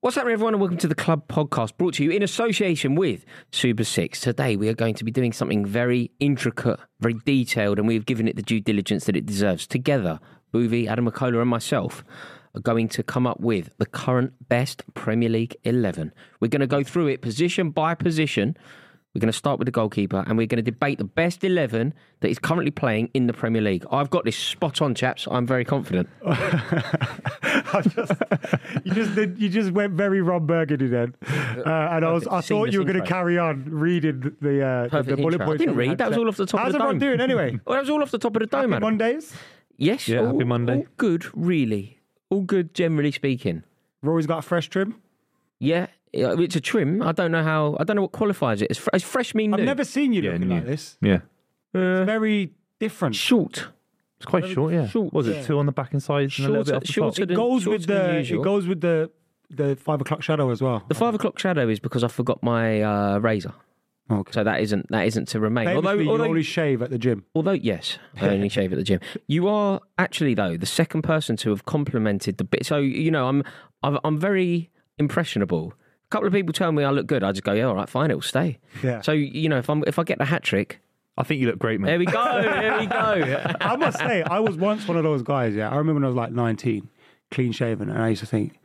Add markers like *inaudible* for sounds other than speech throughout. What's happening, everyone, and welcome to the Club Podcast, brought to you in association with Super Six. Today, we are going to be doing something very intricate, very detailed, and we've given it the due diligence that it deserves. Together, Boovi, Adam McCullough, and myself are going to come up with the current best Premier League 11. We're going to go through it position by position. We're going to start with the goalkeeper and we're going to debate the best 11 that is currently playing in the Premier League. I've got this spot on, chaps. I'm very confident. Oh, I just, you just did, you just went very Ron Burgundy then, *laughs* uh, and I was I Perfect. thought you were going to Seamless carry on reading the uh, the- the Perfect bullet intro. I points. didn't that we read. had That was set. all off the top of How's the everyone dome. *laughs* doing anyway? Well, Oh, that was all off the top of the dome, Happy Adam. Mondays. Yes. Yeah, all, happy Monday. all good, really. All good, generally speaking. Rory's got a fresh trim. Yeah, yeah, it's a trim. I don't know how. I don't know what qualifies it. It's, fr- it's fresh mean I've new. never seen you Yeah, looking new. like this. Yeah. It's very different. short. It's quite short, yeah. short, was yeah. it two on the back and sides and a little bit Shorter- off shorter the top? than- Goes shorter with than the usual. it goes with the the five o'clock shadow as well. The five o'clock shadow is because I forgot my uh, razor, Okay. so that isn't that isn't to remain. Famously, although, you although, only shave at the gym. although, yes, I only shave at the gym. You are actually though the second person to have complimented the bit. So you know, I'm I've, I'm very impressionable. A couple of people tell me I look good. I just go, yeah, all right, fine, it'll stay. Yeah. So you know, if I'm if I get the hat trick, I think you look great, there we mate. go, there we *laughs* go. I must say, I was once one of those guys. Yeah, I remember when I was like 19, clean shaven, and I used to think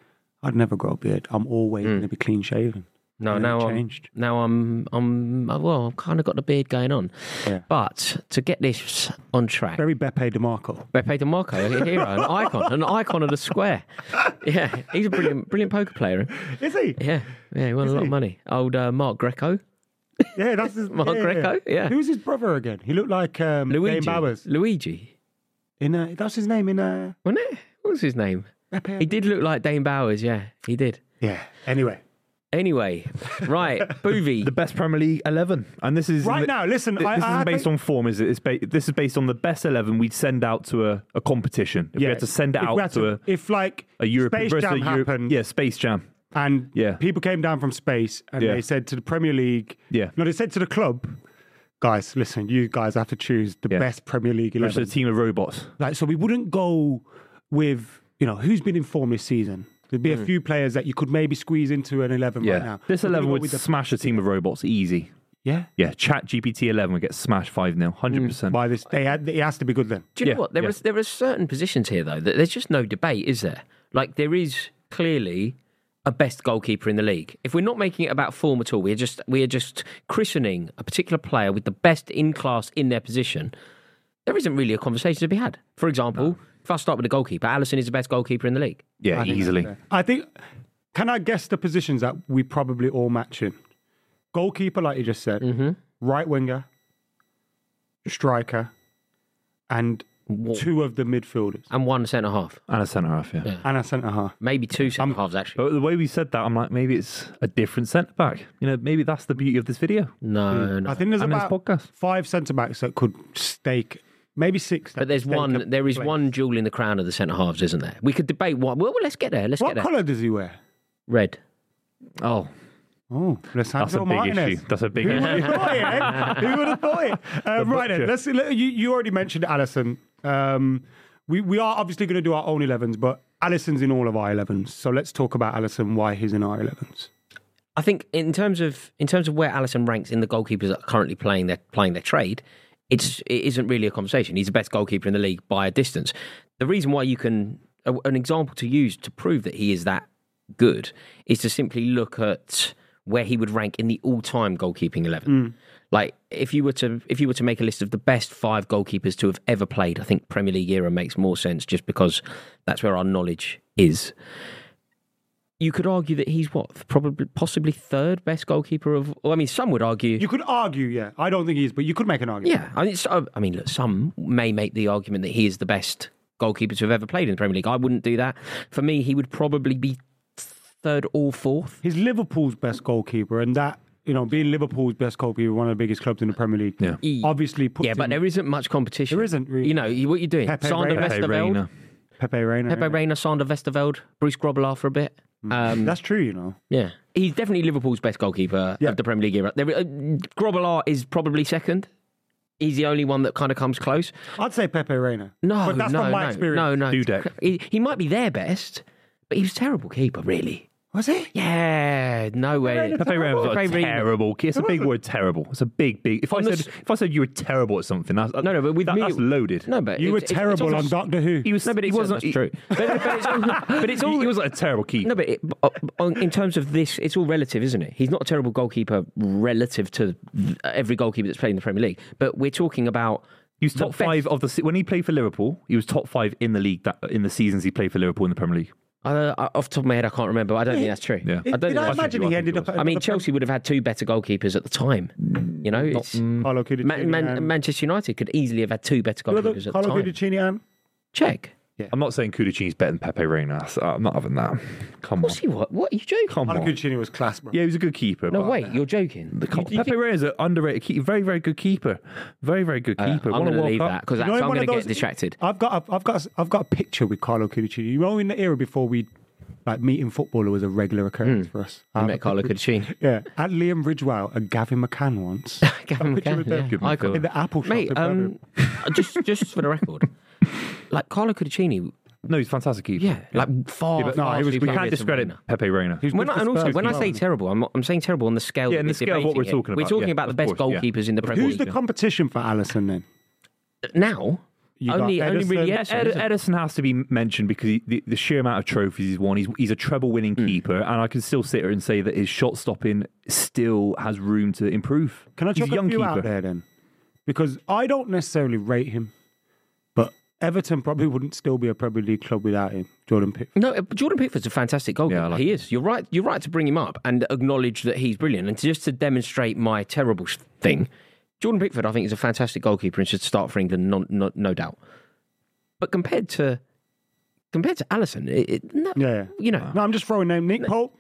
I'd never grow a beard. I'm always Mm. going to be clean shaven. No, And then now it I'm changed. now I'm I'm well, I've kind of got the beard going on. Yeah. But to get this on track, Very Beppe DeMarco. Beppe De Marco, a hero, an icon, an icon of the square. Yeah, he's a brilliant, brilliant poker player. Is he? Yeah, yeah, he won a lot of money. Old uh, Mark Greco, Yeah, that's his Mark yeah, yeah, Greco, yeah. Who's his brother again? He looked like um, Luigi, Dane Bowers. Luigi, In uh, that's his name in uh, wasn't it? What was his name? Beppe. He did look like Dane Bowers. Yeah, he did. Yeah. Anyway, *laughs* Anyway, right, Boovy. The best Premier League 11. And this is. Right the- now, listen, This I- isn't I based think- on form, is it? It's ba- this is based on the best 11 we'd send out to a, a competition. If yeah. we had to send it if we had out to a, if like a European. Space versus Jam a Europe- happened, Yeah, Space Jam. and Yeah. people came down from space and Yeah. they said to the Premier League, Yeah. no, they said to the club, guys, listen, you guys have to choose the Yeah. best Premier League Versus eleven. a team of robots. Like, so we wouldn't go with, you know, who's been in form this season. There'd be a few players that you could maybe squeeze into an 11 Mm. Yeah. right now. This We're gonna 11 go would with the- smash a team of robots easy. yeah. Yeah, Chat GPT 11 would get smashed 5 0. Mm. 100%. By this, they had, it has to be good then. Do you Yeah, know what? There yeah. is there are certain positions here though that there's just no debate, is there? Like there is clearly a best goalkeeper in the league. If we're not making it about form at all, we're just we are just christening a particular player with the best in class in their position. There isn't really a conversation to be had. For example, if I start with a goalkeeper, Allison is the best goalkeeper in the league. Yeah, easily. I think, can I guess the positions that we probably all match in? Goalkeeper, like you just said, right winger, striker, and two of the midfielders, And one centre half, And a centre half, yeah. and a centre half. maybe two centre halves actually. But the way we said that, I'm like, maybe it's a different centre back. You know, maybe that's the beauty of this video. No, no. I think there's And this about podcast. five centre backs that could stake, maybe six. that But there's could stake one. a There is place. one jewel in the crown of the centre halves, isn't there? We could debate what. Well, let's get there. Let's What get there. colour does he wear? Red. Oh, Oh, that's a Alessandro big Martinez. issue. That's a big Who would issue. *laughs* have thought it? eh? Who would have thought it? Um, right then, butcher. let's. Let, you, you already mentioned Allison. Um, we we are obviously going to do our own elevens, but Allison's in all of our elevens. So let's talk about Allison. Why he's in our elevens? I think in terms of in terms of where Allison ranks in the goalkeepers that are currently playing their playing their trade, it's it isn't really a conversation. He's the best goalkeeper in the league by a distance. The reason why you can a- an example to use to prove that he is that good is to simply look at where he would rank in the all-time goalkeeping 11. Like if you were to if you were to make a list of the best 5 goalkeepers to have ever played, I think Premier League era makes more sense just because that's where our knowledge is you could argue that he's what probably possibly third best goalkeeper of. Well, I mean, some would argue. You could argue, yeah. I don't think he is, but you could make an argument. yeah, I mean, so, I mean, look, some may make the argument that he is the best goalkeeper to have ever played in the Premier League. I wouldn't do that. For me, he would probably be third or fourth. He's Liverpool's best goalkeeper, and that you know, being Liverpool's best goalkeeper, one of the biggest clubs in the Premier League, Yeah. E- obviously puts Yeah, but him there isn't much competition. There isn't really. You know you, what you're doing. Pepe Sander Reina. Pepe Westerveld, Reina. Pepe Reina. Pepe innit? Reina, Sander Westerveld, Bruce Grobbelaar for a bit. Hmm. Um, Mm. That's true, you know. yeah, he's definitely Liverpool's best goalkeeper Yeah. of the Premier League era. There, uh, Grobbelaar is probably second. He's the only one that kind of comes close. I'd say Pepe Reina. No, but that's no, not my no, experience. No, no, Dudek. *laughs* He, he might be their best, but he was a terrible keeper, really. was he? Yeah, no way. Pepe Reina was like Pepe Reina. terrible. It's a big word, terrible. It's a big, big. If I On the said, if I said you were terrible at something, that's No, no, but with that, me, that's loaded. No, but You it- were it's- it's terrible also- on Doctor Who. he was. No, but he it's, wasn't. that's true. *laughs* But, but it's all, but it's *gasps* He, all *laughs* he was like a terrible keeper. No, but it, but on, in terms of this, it's all relative, isn't it? He's not a terrible goalkeeper relative to th- every goalkeeper that's played in the Premier League, but we're talking about He was the top best- five of the se- when he played for Liverpool. He was top five in the league that in the seasons he played for Liverpool in the Premier League. Uh, off the top of my head, I can't remember. I don't think that's true. I Yeah. don't Did think I that's true. imagine I he think ended it up? was. at I mean, the- Chelsea would have had two better goalkeepers at the time. You know, it's, Carlo Cudicini. Man, Man, and- Manchester United could easily have had two better Carlo goalkeepers at the Carlo time. Cudicini and Check. I'm not saying Kudicini's better than Pepe Reina. That's- I'm not having that. Come on, What's he? What? What are you joking? come Carlo on. Cudicini was class, bro. Yeah, he was a good keeper. No, but- wait, you're joking. The cop- Pepe Reina's an underrated keeper. Very, very good keeper. Very, very good Uh, I'm keeper. Won a going to World leave Cup. that because You I'm know, in going one to of get those- distracted. I've got, I've, I've got, I've got a picture with Carlo Cudicini. You know, in the era before we, like meeting footballer was a regular occurrence for us. Hmm. I I have a met Carlo picture- Cudicini. *laughs* Yeah, at Liam Ridgewell and Gavin McCann once *laughs* Gavin picture with McCann, them. yeah, Good man, icon. Phil. in the Apple shop. Mate, in um, *laughs* Birmingham. just just for the record, like Carlo Cudicini, No, he's a fantastic keeper. yeah, like far. Yeah, but far no, he was, we superior can't to discredit Reina. Pepe Reina. He was When good I, for and also, Spurs when I as well, say wasn't he? terrible, I'm, I'm saying terrible on the scale. Yeah, that in the we're scale of what debating we're it. talking We're about, talking yeah, about the of best course, yeah. goalkeepers in the Premier who's the League competition for Allison then? now. You got only, only Ederson. really Ed- Ederson, Ed- isn't it? Edison has to be mentioned because he, the, the sheer amount of trophies he's won. He's, he's a treble winning Hmm. keeper, and I can still sit here and say that his shot stopping still has room to improve. Can I he's chuck a a young few keeper. out there then? Because I don't necessarily rate him, but Everton probably wouldn't still be a Premier League club without him. Jordan Pickford. No, uh, Jordan Pickford's a fantastic goalkeeper. Yeah, I like he is. You're right. You're right to bring him up and acknowledge that he's brilliant. And just to demonstrate my terrible sh- thing, Jordan Pickford, I think, is a fantastic goalkeeper and should start for England, no, no, no doubt. But compared to compared to Allison, it, it, no, Yeah, yeah. you know, No, I'm just throwing name Nick Pope.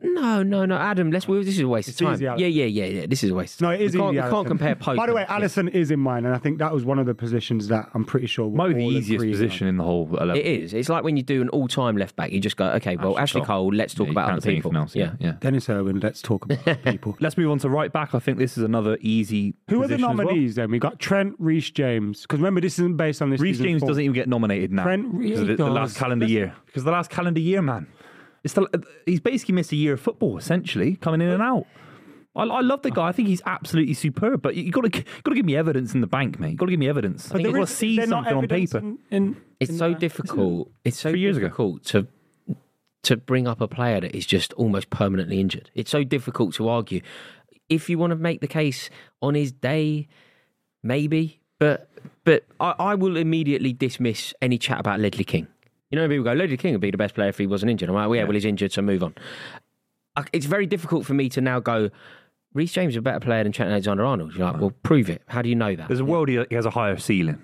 no, no, no, Adam. Let's. we this is a waste It's of time. easy, Alex. yeah, yeah, yeah, yeah. This is a waste. No, it is We can't, Indy we can't Allison. compare. Pope By the and- way, Allison is in mine, and I think that was one of the positions that I'm pretty sure we'll Might be the all easiest agree on. position in the whole eleven. It is. It's like when you do an all-time left back, you just go, okay, well, Ashley, Ashley Cole. Cole. Let's talk Yeah, you about can't other say anything people. else, yeah, yeah. Dennis Irwin. Let's talk about other *laughs* people. Let's move on to right back. I think this is another easy. Who are the position as well. nominees then? We got Trent, Reese James. Because remember, this isn't based on this. Reece season's James form. doesn't even get nominated now. Trent really because of the, the does. last calendar year. Because the last calendar year, man, it's the, he's basically missed a year of football essentially, coming in and out. I, I love the guy. I think he's absolutely superb. But you got to got to give me evidence in the bank, mate. You got to give me evidence. I There think got to is- see they're not something on evidence paper. in- in- It's in so that. difficult. It's so Three years ago. difficult to to bring up a player that is just almost permanently injured. It's so difficult to argue. If you want to make the case on his day, maybe, but but I, I will immediately dismiss any chat about Ledley King. You know, people go, Ledley King would be the best player if he wasn't injured. I'm like, well, yeah, well, he's injured, so move on. I, it's very difficult for me to now go. Reece James is a better player than Trent Alexander-Arnold. You're like, well, prove it. How do you know that? There's a world he he has a higher ceiling.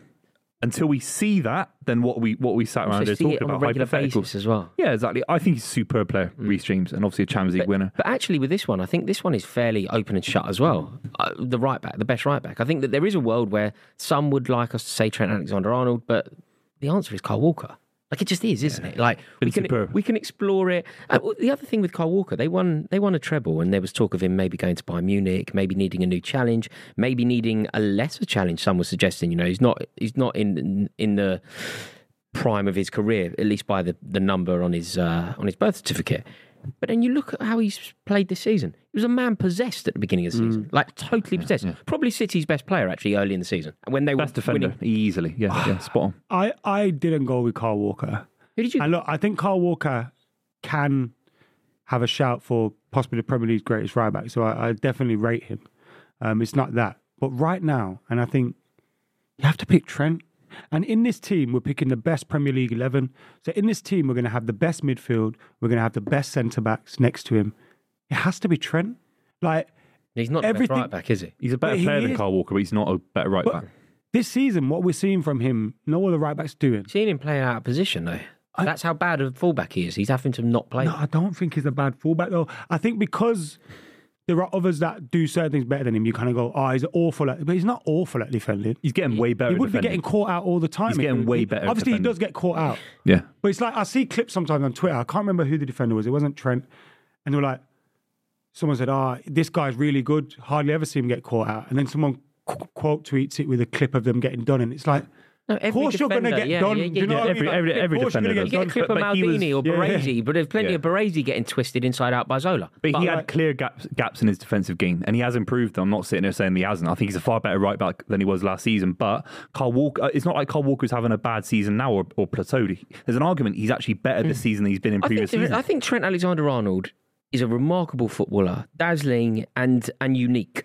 Until we see that, then what we what we sat around So here see talking it on a about regular hypotheticals. basis as well. Yeah, exactly. I think he's a superb player, Reece James, and obviously a Champions League winner. But actually, with this one, I think this one is fairly open and shut as well. Uh, the right back, the best right back. I think that there is a world where some would like us to say Trent Alexander Arnold, but the answer is Kyle Walker. Like it just is, isn't it? Like we Been can, superb. we can explore it. Uh, well, the other thing with Kyle Walker, they won they won a treble, and there was talk of him maybe going to Bayern Munich, maybe needing a new challenge, maybe needing a lesser challenge. Some were suggesting, you know, he's not he's not in in the prime of his career, at least by the, the number on his uh, on his birth certificate. But then you look at how he's played this season. He was a man possessed at the beginning of the season, Mm. like totally possessed. Probably City's best player actually early in the season when they were Best defender, winning. easily. Yeah, yeah, spot on. I, I didn't go with Carl Walker. Who did you? And look, I think Carl Walker can have a shout for possibly the Premier League's greatest right back. So I, I definitely rate him. Um, it's not that. But right now, and I think you have to pick Trent. And in this team, we're picking the best Premier League 11. So in this team, we're going to have the best midfield. We're going to have the best centre backs next to him. It has to be Trent. Like He's not the best everything- right back, is he? He's a better But he player than is- Carl Walker, but he's not a better right But- back. this season, what we're seeing from him, no other right backs doing. Seeing him play out of position though, That's how bad a fullback he is. He's having to not play. No, I don't think he's a bad fullback though. I think because there are others that do certain things better than him, you kind of go, "Oh, he's awful at," but he's not awful at defending. He's getting way better. He at would be defending. getting caught out all the time. He's getting way better at Obviously, he defending. does get caught out, Yeah. but it's like I see clips sometimes on Twitter. I can't remember who the defender was. It wasn't Trent, and they were like, someone said, "Ah, this guy's really good. Hardly ever see him get caught out." And then someone qu- quote tweets it with a clip of them getting done, and it's like, No, every "Of course you're going to defender, get yeah, done." yeah, Do you yeah, know what I every- mean? Like, every- every of course you're defender gonna does. You get a Done, clip but- of but he was- Maldini or yeah, yeah. Baresi, but there's plenty Yeah. of Baresi getting twisted inside out by Zola. But he like- had clear gaps, gaps in his defensive game, and he has improved. I'm not sitting there saying he hasn't. I think he's a far better right back than he was last season. But Carl Walker, uh, it's not like Carl Walker's having a bad season now or, or plateaued. There's an argument he's actually better this season than he's been in I think, previous there- seasons. I think Trent Alexander Arnold is a remarkable footballer, dazzling and and unique.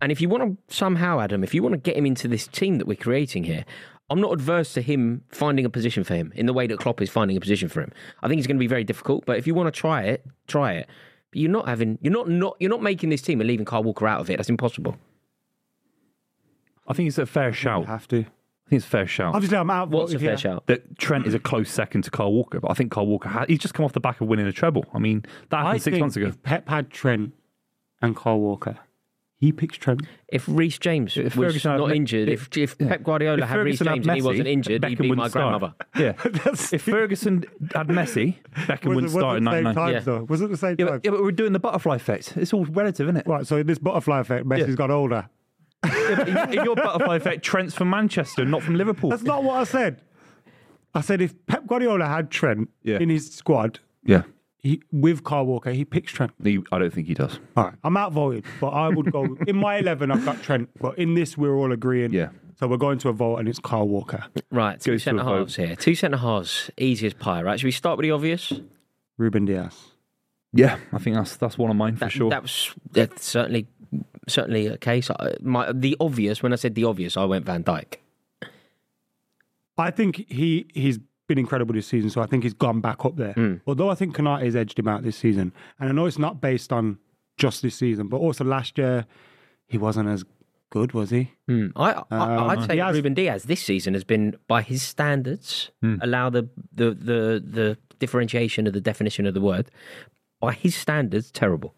And if you want to somehow, Adam, if you want to get him into this team that we're creating here, I'm not adverse to him finding a position for him in the way that Klopp is finding a position for him. I think it's going to be very difficult, but if you want to try it, try it. But you're not having, you're not not, you're not making this team and leaving Carl Walker out of it. That's impossible. I think it's a fair gonna shout. I think have to. it's a fair shout. Obviously, I'm out. of What's vote a here. fair shout? that Trent is a close second to Carl Walker, but I think Carl Walker ha he's just come off the back of winning a treble. I mean, that happened I six think months ago. if Pep had Trent and Carl Walker, he picks *laughs* Trent. If Reece James If was Ferguson had not Me- injured, if, if Pep Guardiola If had Reece Ferguson James had and he Messi, wasn't injured, Beckham he'd be wouldn't my start. grandmother. *laughs* Yeah. That's- if Ferguson had Messi, Beckham Was it- wouldn't was start it in the same 99. time Yeah. though? Was it the same Yeah, time? but, yeah, but we're doing the butterfly effect. It's all relative, isn't it? Right, so this butterfly effect, Messi's Yeah. got older. *laughs* in, in your butterfly effect, Trent's from Manchester, not from Liverpool. That's not what I said. I said if Pep Guardiola had Trent Yeah. in his squad yeah. he, with Carl Walker, he picks Trent. He, I don't think he does. All right, I'm outvoted, but I would *laughs* go in my eleven. I've got Trent, but in this we're all agreeing. Yeah. So we're going to a vote, and it's Carl Walker, Right, two Goes to a centre vote. halves here. Two centre halves, easy as pie, right? Should we start with the obvious? Ruben Diaz. Yeah, I think that's that's one of mine for That, sure. That was that's certainly certainly a case. I- My, the obvious, when I said the obvious, I went Van Dijk. I think he he's been incredible this season, so I think he's gone back up there. Hmm. Although I think Canate's edged him out this season, and I know it's not based on just this season, but also last year he wasn't as good, was he? Hmm. I, Uh, I, I'd say Diaz- Ruben Diaz this season has been, by his standards, Hmm. allow the, the, the, the differentiation of the definition of the word, by his standards, terrible.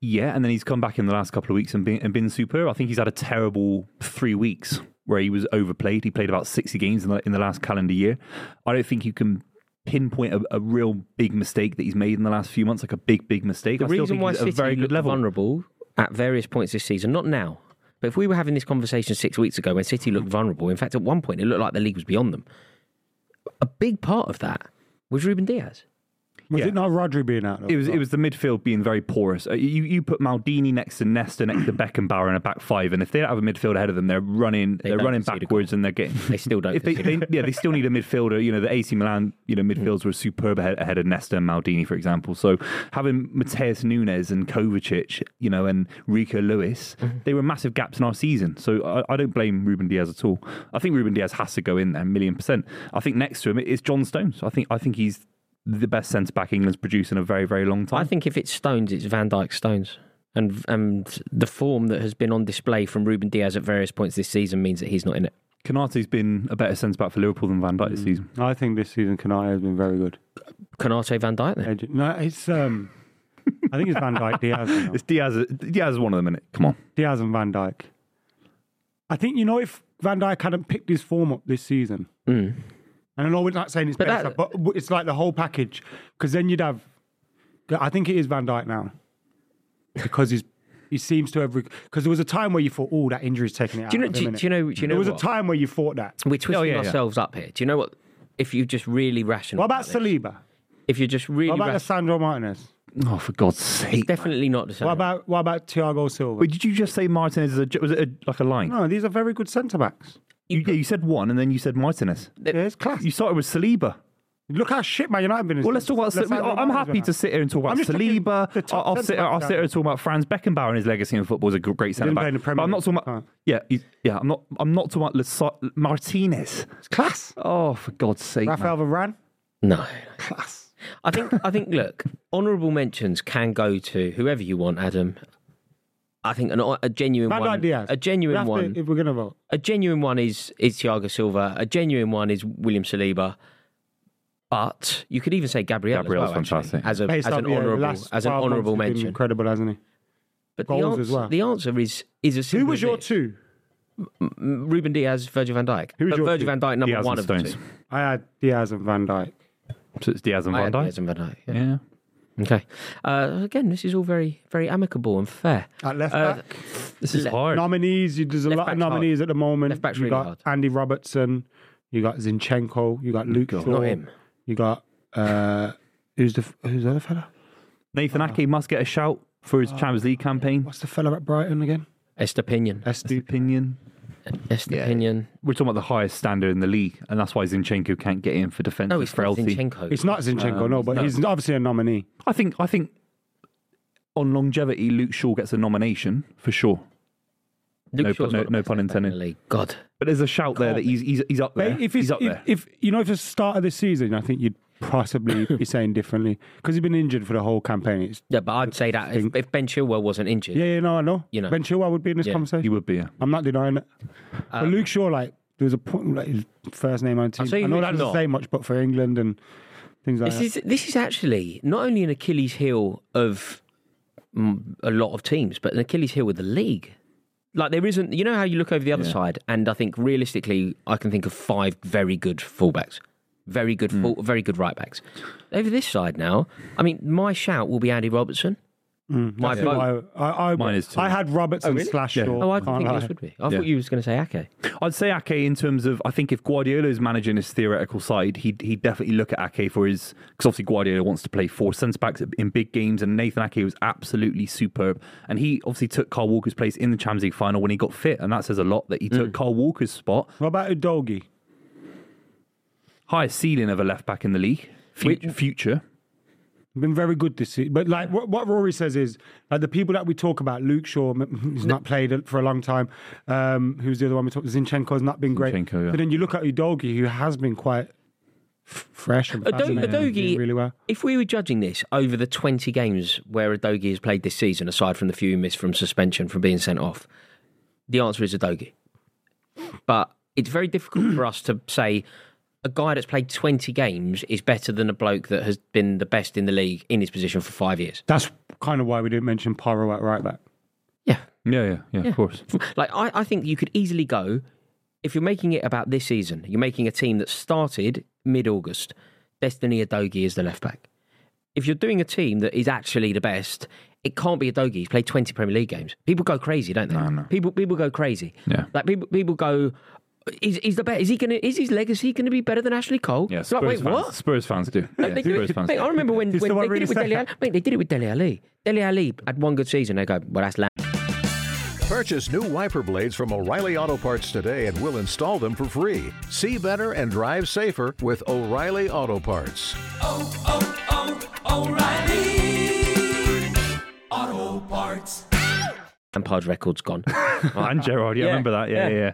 yeah, and then he's come back in the last couple of weeks and been and been superb. I think he's had a terrible three weeks where he was overplayed. He played about sixty games in the, in the last calendar year. I don't think you can pinpoint a, a real big mistake that he's made in the last few months, like a big, big mistake. The I still reason think why he's City at a very good looked level. vulnerable at various points this season, not now, but if we were having this conversation six weeks ago when City looked vulnerable, in fact, at one point it looked like the league was beyond them. A big part of that was Ruben Diaz. Was Hmm. Yeah. it not Rodri being out? It was it was the midfield being very porous. Uh, You you put Maldini next to Nesta next to Beckenbauer in a back five, and if they don't have a midfield ahead of them, they're running they are don't running concede a goal. backwards and they're getting They still don't If they, concede they, yeah, they still need a midfielder. You know, the AC Milan you know midfields were superb ahead, ahead of Nesta and Maldini, for example. So having Mateus Nunes and Kovacic, you know, and Rico Lewis, they were massive gaps in our season. So I, I don't blame Ruben Diaz at all. I think Ruben Diaz has to go in there, a million percent. I think next to him is John Stones. I think I think he's. The best centre back England's produced in a very, very long time. I think if it's Stones, it's Van Dyke Stones. And, and the form that has been on display from Ruben Diaz at various points this season means that he's not in it. Canate's been a better centre back for Liverpool than Van Dijk this season. I think this season Canate has been very good. Canate Van Dyke then? Edge- No, it's um, I think it's Van Dyke, Diaz, you know. It's Diaz. Diaz is one of them, minute. Come on. Diaz and Van Dyke. I think you know if Van Dyke hadn't picked his form up this season, Mm. and I know we're not saying it's But better, that- but w- it's like the whole package because then you'd have. I think it is Van Dyke now because he's. He seems to have because there was a time where you thought, "Oh, that injury's taking it Do you out." know? of Do, him, you- innit? do you know? Do you know? there was what? a time where you thought that. We're twisting Oh, yeah, yeah. ourselves up here. Do you know what? If you just really rational, What about this, Saliba? If you're just really What about rational, Alessandro Martinez? Oh, for God's sake! definitely not the same. What about what about Thiago Silva? Wait, did you just say Martinez is a was it a, like a line? No, these are very good centre backs. You, yeah, you said one, and then you said Martinez. Yeah, it's class. You started with Saliba. Look how shit Man United have been. this Well, let's talk season. about. Saliba. Alessandro I'm Martinez happy went to out. sit here and talk about I'm just looking at the Saliba. top I'll, I'll centre sit. Here, I'll backs sit here and talk about Franz Beckenbauer and his legacy in football is a gr- great centre didn't play back. in the Premier but I'm not League, talking about. can't. Yeah, he's- yeah. I'm not. I'm not talking about Lasa- Martinez. It's class. Oh, for God's sake! man. Rafael Varane, No, class. *laughs* I think I think look, honourable mentions can go to whoever you want, Adam. I think an, a genuine Bad one. idea. A We genuine have to- one. if we're gonna vote, a genuine one is is Thiago Silva. A genuine one is William Saliba. But you could even say Gabriel. Gabriel's as well, actually, fantastic. as, a, as Based an on, yeah, the uh, honourable last as an 12 months, honourable he's been mention. Incredible, hasn't he? But the goals answer, as well. the answer is is as simple Who was as your this. two? Ruben Diaz, Virgil Van Dijk. Who was but your Virgil two? Van Dijk number Diaz one and of the Stones. two. I had Diaz and Van Dyke. So it's Diaz and I Van had Dijk. Diaz and Van Dijk. Yeah. Yeah. Okay. Uh, again, this is all very very amicable and fair. At left Uh, back, This is Le- hard. nominees. You, there's a Left lot of back's hard. nominees at the moment. Left back's you really got hard. Andy Robertson. You got Zinchenko. You got Luke Shaw. Not him. You got uh, who's the f- who's the other fella? Nathan Ake must get a shout for his Champions League campaign. What's the fella at Brighton again? Estepinian. Estu. Opinion. Estepinian. We're talking about the highest standard in the league, and that's why Zinchenko can't get in for defensive No, it's not frailty. Zinchenko. It's not Zinchenko, Um, no, but he's obviously a nominee. I think I think on longevity, Luke Shaw gets a nomination for sure. Luke no- Shaw's no- not the no best pun left back in the intended. league. God. But there's a shout there that he's he's, he's up there. But if he's it's, up if, there. if you know, if it's the start of the season, I think you'd *coughs* possibly be saying differently because he's been injured for the whole campaign. It's, Yeah, but I'd say that if, if Ben Chilwell wasn't injured, yeah, yeah, no, I know. You know. Ben Chilwell would be in this Yeah. Um, conversation. he would be. A, I'm not denying it. but Luke Shaw, like, there was a point like his first name on the tell team. you I know who's that doesn't not. say much, but for England and things like This that. is this is actually not only an Achilles heel of mm, a lot of teams, but an Achilles heel with the league. Like there isn't, you know how you look over the other side, and I think realistically, I can think of five very good fullbacks, very good, full, very good right backs. Over this side now, I mean, my shout will be Andy Robertson. my So vote. I, I, I, Mine is two. I had Robertson slash Shaw. Oh, I can't think lie. this would be. I Yeah. thought you was going to say Ake. I'd say Ake in terms of I think if Guardiola is managing his theoretical side, he'd he'd definitely look at Ake for his because obviously Guardiola wants to play four centre backs in big games, and Nathan Ake was absolutely superb, and he obviously took Carl Walker's place in the Champions League final when he got fit, and that says a lot that he took Carl Walker's spot, What about Udogi? highest ceiling of a left back in the league, future. future. Been very good this season, but like what, what Rory says is like the people that we talk about. Luke Shaw, m- he's not played for a long time. Um, who's the other one we talked? Zinchenko's not been great. Zinchenko, yeah. But then you look at Udogi, who has been quite f- fresh and Ado- fascinating, doing Adogi, really well. if we were judging this over the 20 games where Adogi has played this season, aside from the few he missed from suspension from being sent off, the answer is Adogi. But it's very difficult for us to say a guy that's played 20 games is better than a bloke that has been the best in the league in his position for five years. That's kind of why we didn't mention Paro at right back. Yeah. Yeah, yeah, yeah, of course. Like, I, I think you could easily go, if you're making it about this season, you're making a team that started mid August, Destiny Adogi is the left back. If you're doing a team that is actually the best, it can't be Adogi. He's played 20 Premier League games. People go crazy, don't they? People, people go crazy. Yeah. Like, people, people go. Is, is the best? Is he gonna? Is his legacy gonna be better than Ashley Cole? Yeah, It's Spurs like, wait, fans, what? Spurs fans do. Yeah, *laughs* They do Spurs it. fans. Mate, I remember when, Is when the they one did really it with Deli sad? Ali. Mate, they did it with Deli Ali. Deli Ali had one good season. They go, well, that's la- Purchase new wiper blades from O'Reilly Auto Parts today and we'll install them for free. See better and drive safer with O'Reilly Auto Parts. oh, oh, O'Reilly. Auto Parts. Lampard's record's gone. and Gerard, yeah, I Yeah, remember that. Yeah, yeah.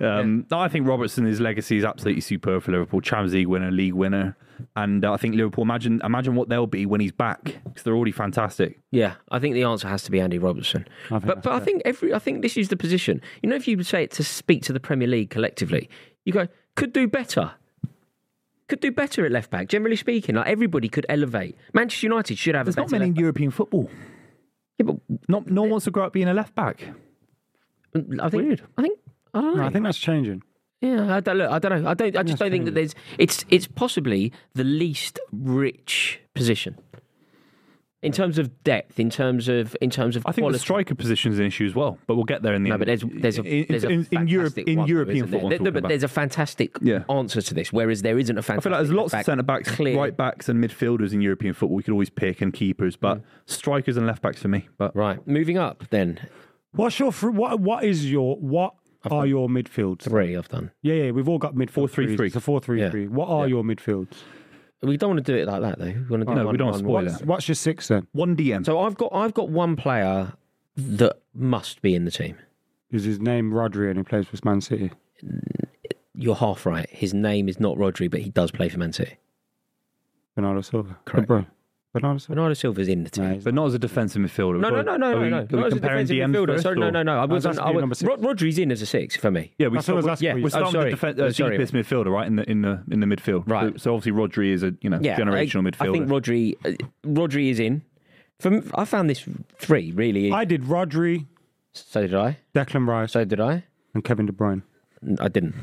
yeah. Um, no, I think Robertson, his legacy is absolutely superb for Liverpool. Champions League winner, league winner, and uh, I think Liverpool imagine imagine what they'll be when he's back because they're already fantastic. Yeah, I think the answer has to be Andy Robertson. but but I think every I think this is the position. You know, if you say it to speak to the Premier League collectively, you go could do better. Could do better at left back. Generally speaking, like everybody could elevate. Manchester United should have There's a not better. many in left- European football. yeah, Not no one wants to grow up being a left back. but mm, I think Weird. I think I don't know. No, I think that's changing. Yeah, I don't look. I don't know. I don't. I just don't think that there's. It's it's possibly the least rich position in terms of depth. In terms of in terms of I think quality. the striker position is an issue as well, but we'll get there in the No, end. but there's there's a in, there's a in, in Europe fantastic in one though, European isn't there? football. I'm There- talking but about. there's a fantastic Yeah. answer to this, whereas there isn't a I fantastic. feel like there's lots left-back. of centre backs, Clear. right backs, and midfielders in European football. We could always pick and keepers, Mm. but strikers and left backs for me. But Right, moving up then. What's your fr- what? What is your what are your midfields? Three I've done. Yeah, yeah, we've all got midfield. Four three, three. It's a four three Yeah. three. What are your midfields? We don't want to do it like that though. We want to do No, one, we don't one, spoil one. it. What's your six then? one DM. So I've got I've got one player that must be in the team. Is his name Rodri and he plays for Man City? You're half right. His name is not Rodri, but he does play for Man City. Bernardo Silva. Correct. De Bruyne. Bernardo Silva. Bernardo Silva's in the team. But not as a defensive midfielder. No, no, Are no, no, we- no, are no. we Not as a comparing defensive DMs midfielder. first, Sorry, or- no, no, no. I No, wasn't. that's I the was, number six. Rod- Rodri's in as a six for me. Yeah, we That's what I was start, asking yeah, you. we're Oh, starting with the sorry. defen- uh, Oh, sorry. deepest midfielder, right in the in the in the midfield. Right. So, so obviously Rodri is a you know Yeah, generational I, midfielder. I think Rodri, uh, Rodri is in. From I found this three really. I did Rodri, so did I. Declan Rice, So did I. and Kevin De Bruyne. N- I didn't.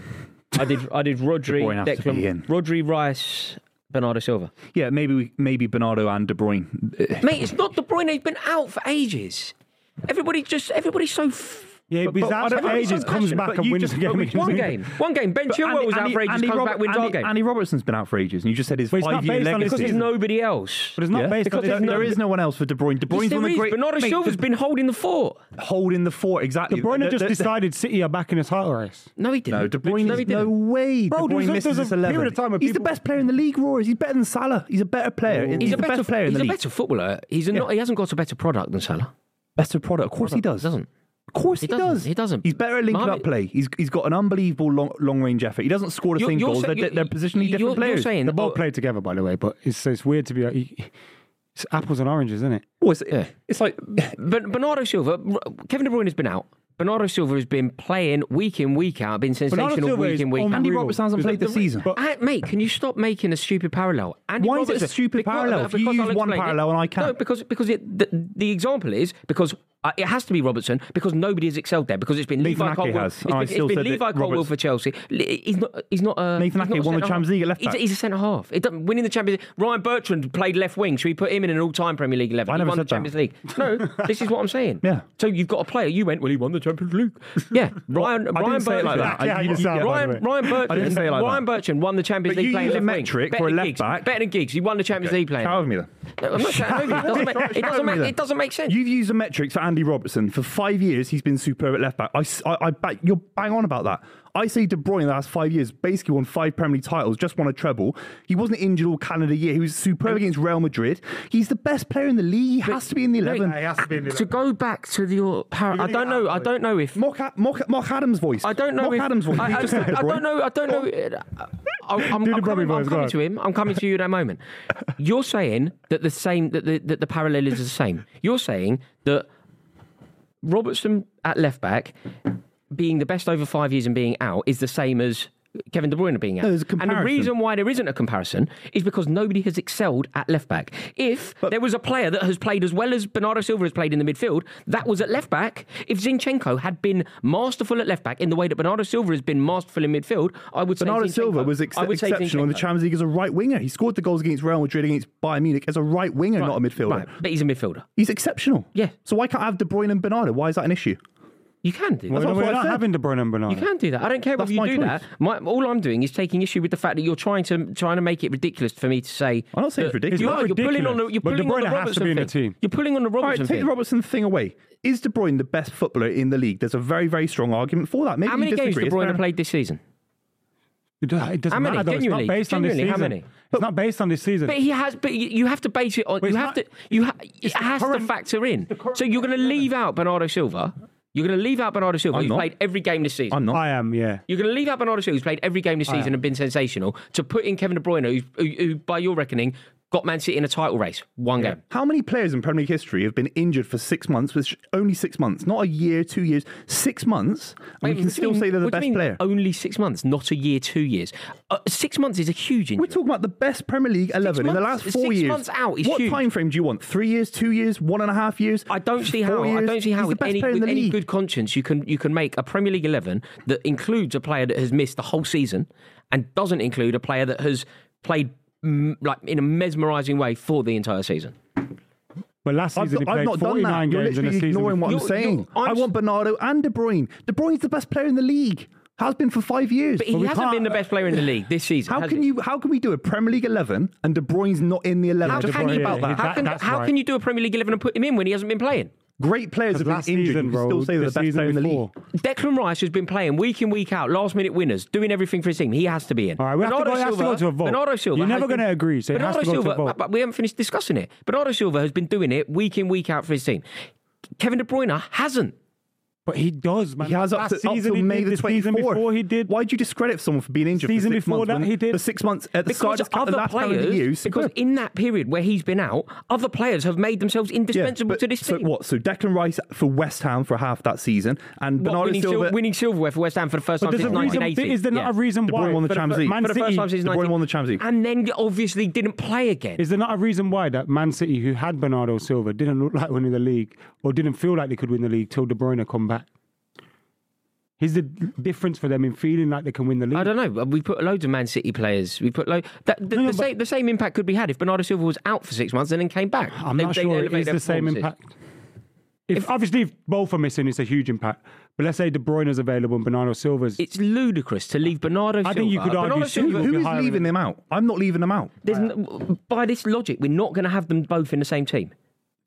I did. I *laughs* did. Rodri, Bruyne has to be in. Declan, Rodri, Rice, Bernardo Silva. yeah, maybe we, maybe Bernardo and De Bruyne. Mate, it's not De Bruyne. He's been out for ages. Everybody just everybody's so. F- Yeah, But- but, but I out don't- for but- ages, but- comes but back you and wins just- the but game. we- one game. One game. Ben Chilwell Andy- was out for Andy- ages. Andy comes Rob- back, wins Andy, our game. Andy Robertson's been out for ages, and you just said his But it's not five-year based on legacy. his because there's season. nobody else. But it's not Yeah. based Because on there's his- no- there is no one else for De Bruyne. De Yes, Bruyne's one there of is. the great. Bernardo mate, Silva's De- been holding the fort. holding the fort exactly. De Bruyne The- just the- the- decided City are back in a title race. No, he didn't. No, De Bruyne. No, he no didn't. way. Bro, De Bruyne there's a- misses there's a this 11. period of time where He's the people- best player in the league, Roars. He's better than Salah. He's a better player. He's, He's, the a better best player in He's the a league. better footballer. He's a not. He hasn't got a better product than Salah. Better product. Of course he does. doesn't. Of course he, doesn't. does. He doesn't. He's better at linking Mohamed- up play. He's he's got an unbelievable long long range effort. He doesn't score the You're- same you're goals. saying- they're, they're positionally you're- different you're players. saying- They Oh. both played together, by the way, but it's it's weird to be like, you- it's apples and oranges, isn't it? Oh, it's, Yeah. *laughs* it's like But Bernardo Silva, Kevin De Bruyne has been out. Bernardo Silva has been playing week in, week out, been sensational Silva week is in, week out. unreal. Andy Robertson hasn't Is played that this season. Ah, mate, can you stop making a stupid parallel? Andy Why is it a Robertson- stupid because- uh, parallel? If you because use I'll one explain it. parallel and I can't. No, because because it, the, the example is because uh, it has to be Robertson because nobody has excelled there because it's been Nathan Levi Ake Caldwell. has. It's I been, still it's been said that Levi Caldwell Roberts- for Chelsea. Li- He's not. He's not. Uh, Nathan he's Ake not a won the centre-half. Champions League at left He's, a- back. he's a centre half. He doesn't- winning the Champions. Ryan Bertrand played left wing. Should we put him in an all-time Premier League eleven? I he never won said the Champions League. *laughs* No, this is what I'm saying. Yeah. So you've got a player. You went. Well, he won the Champions *laughs* League. Yeah. Ryan. I Ryan didn't say it like Bertrand. that. Yeah, I- you you- just sound like- you- by Ryan, the way. Ryan I didn't Bertrand. say it like that. Ryan Bertrand won the Champions But League you playing use a left wing. metric Better for a than left Giggs. back. Better than Giggs. He won the Champions League playing. Shout with me then. No, I'm not shouting over you. It *laughs* doesn't make, it doesn't make, it doesn't make sense. You've used the metrics for Andy Robertson for five years. He's been superb at left back. I, s- I- I back, you're bang on about that. I say De Bruyne in the last five years basically won five Premier League titles, just won a treble. He wasn't injured all calendar year. He was superb against Real Madrid. He's the best player in the league. He has to be in the eleven. It has to be in to go back to your, par- I don't know. I don't know if. Mock, A- Mock, Mock Adams' voice. I don't know Mock if Adams' voice. I, You I- just said De I Bruyne. don't know. I don't know. I, I'm, I'm Do the Brummy coming, I'm voice, go coming on. to him. I'm coming to you in a moment. You're saying that the same that the that the parallel is the same. You're saying that Robertson at left back being the best over five years and being out is the same as. Kevin De Bruyne being out. there's a and the comparison. reason why there isn't a comparison is because nobody has excelled at left back. If there was a player that has played as well as Bernardo Silva has played in the midfield, that was at left back. If Zinchenko had been masterful at left back in the way that Bernardo Silva has been masterful in midfield, I would Bernardo say Zinchenko. Silva was ex- I would say exceptional in the Zinchenko. Champions League as a right winger. He scored the goals against Real Madrid against Bayern Munich as a right winger, not a midfielder. Right, but he's a midfielder. He's exceptional. Yeah. So why can't I have De Bruyne and Bernardo? Why is that an issue? You can do. that. We're what not, we're I not said. having De Bruyne and Bernardo. You can do that. I don't care That's whether you my do choice. that. My, all I'm doing is taking issue with the fact that you're trying to trying to make it ridiculous for me to say. I'm not saying it's that- ridiculous. You It's are. not You're pulling on the. You're ridiculous. But De pulling on the Bruyne has to Robertson be in the thing. team. You're pulling on the All right, Robertson take the thing. Robertson thing away. Is De Bruyne the best footballer in the league? There's a very, very strong argument for that. Maybe How you many games disagree. De It's fair Bruyne enough. played this season? It do- it doesn't How many? matter. Though. It's Genuinely. not based on this Genuinely, season. how many? It's not based on this season. But he has. But you- you have to base it on. But you it's have not- to. You ha, it the has to current- factor in. So you're going to leave out Bernardo Silva. You're going to leave out Bernardo Silva. I'm who's not. played every game this season. I'm not. I am, yeah. You're going to leave out Bernardo Silva, who's played every game this season and been sensational, to put in Kevin De Bruyne, who's- who, who by your reckoning, got Man City in a title race. One game. How many players in Premier League history have been injured for six months, which only six months, not a year, two years, six months, and Wait, we can what do you still mean- say they're the what do you best mean player? Only six months, not a year, two years. Uh, six months is a huge We're injury. talking about the best Premier League eleven in the last months- four six years. months out is what huge. time frame do you want? Three years, two years, one and a half years? I don't see four how. I years? don't see how He's the with best any, player in with the any league. good conscience you can you can make a Premier League eleven that includes a player that has missed the whole season and doesn't include a player that has played mm, like in a mesmerising way for the entire season. But last I've, season he I've played not done 49 that. You're games in a literally season. ignoring what I'm You're- saying. you're- I'm I s- want Bernardo and De Bruyne. De Bruyne's the best player in the league. Has been for five years. But he we hasn't can't- been the best player in the *sighs* league this season. how has can he? you? How can we do a Premier League eleven and De Bruyne's not in the eleven? How Just can worry you? about that. How can That- that's how right. can you do a Premier League eleven and put him in when he hasn't been playing? Great players have been Last injured. season, you can bro. still say the they're the best player season in the before. league. Declan Rice has been playing week in, week out, last minute winners, doing everything for his team. He has to be in. All right, we have to Bernardo go- it has to Silva- go to a vote. Bernardo Silva. You're has never been- gonna agree, so it has Bernardo to go to a Silva, vote. But we haven't finished discussing it. Bernardo Silva has been doing it week in, week out for his team. Kevin De Bruyne hasn't. But he does, man. He has up Last to, up season till he May did, the the season 24th. before he did. Why do you discredit someone for being injured? Season for six before months that when he did. The six months at the Because start of other the last calendar players, year, he's because superb. in that period where he's been out, other players have made themselves Yeah, indispensable but- to this so team. what? So Declan Rice for West Ham for half that season, and What, Bernardo winning, sil- Silva. winning silverware for West Ham for the first But time there's since a reason. 1980. Is there not Yeah. a reason De why? Bruyne won the for Champions League. Man for the first City- time since De Bruyne 19- won the Champions League. and then obviously didn't play again. Is there not a reason why that Man City, who had Bernardo Silva, didn't look like winning the league or didn't feel like they could win the league till De Bruyne come back? Is the difference for them in feeling like they can win the league? I don't know. Uh, We put loads of Man City players. We put lo- that, the, No, the but- same the same impact could be had if Bernardo Silva was out for six months and then came back. I'm They- not they sure it elevate is their the same performances. impact. If, If- obviously if both are missing, it's a huge impact. But let's say De Bruyne's available and Bernardo Silva's. It's ludicrous to leave Bernardo. I think you Silva- could argue Bernardo Silva Silva- would who be is higher in leaving it. them out? I'm not leaving them out. there's n- by this logic, we're not going to have them both in the same team.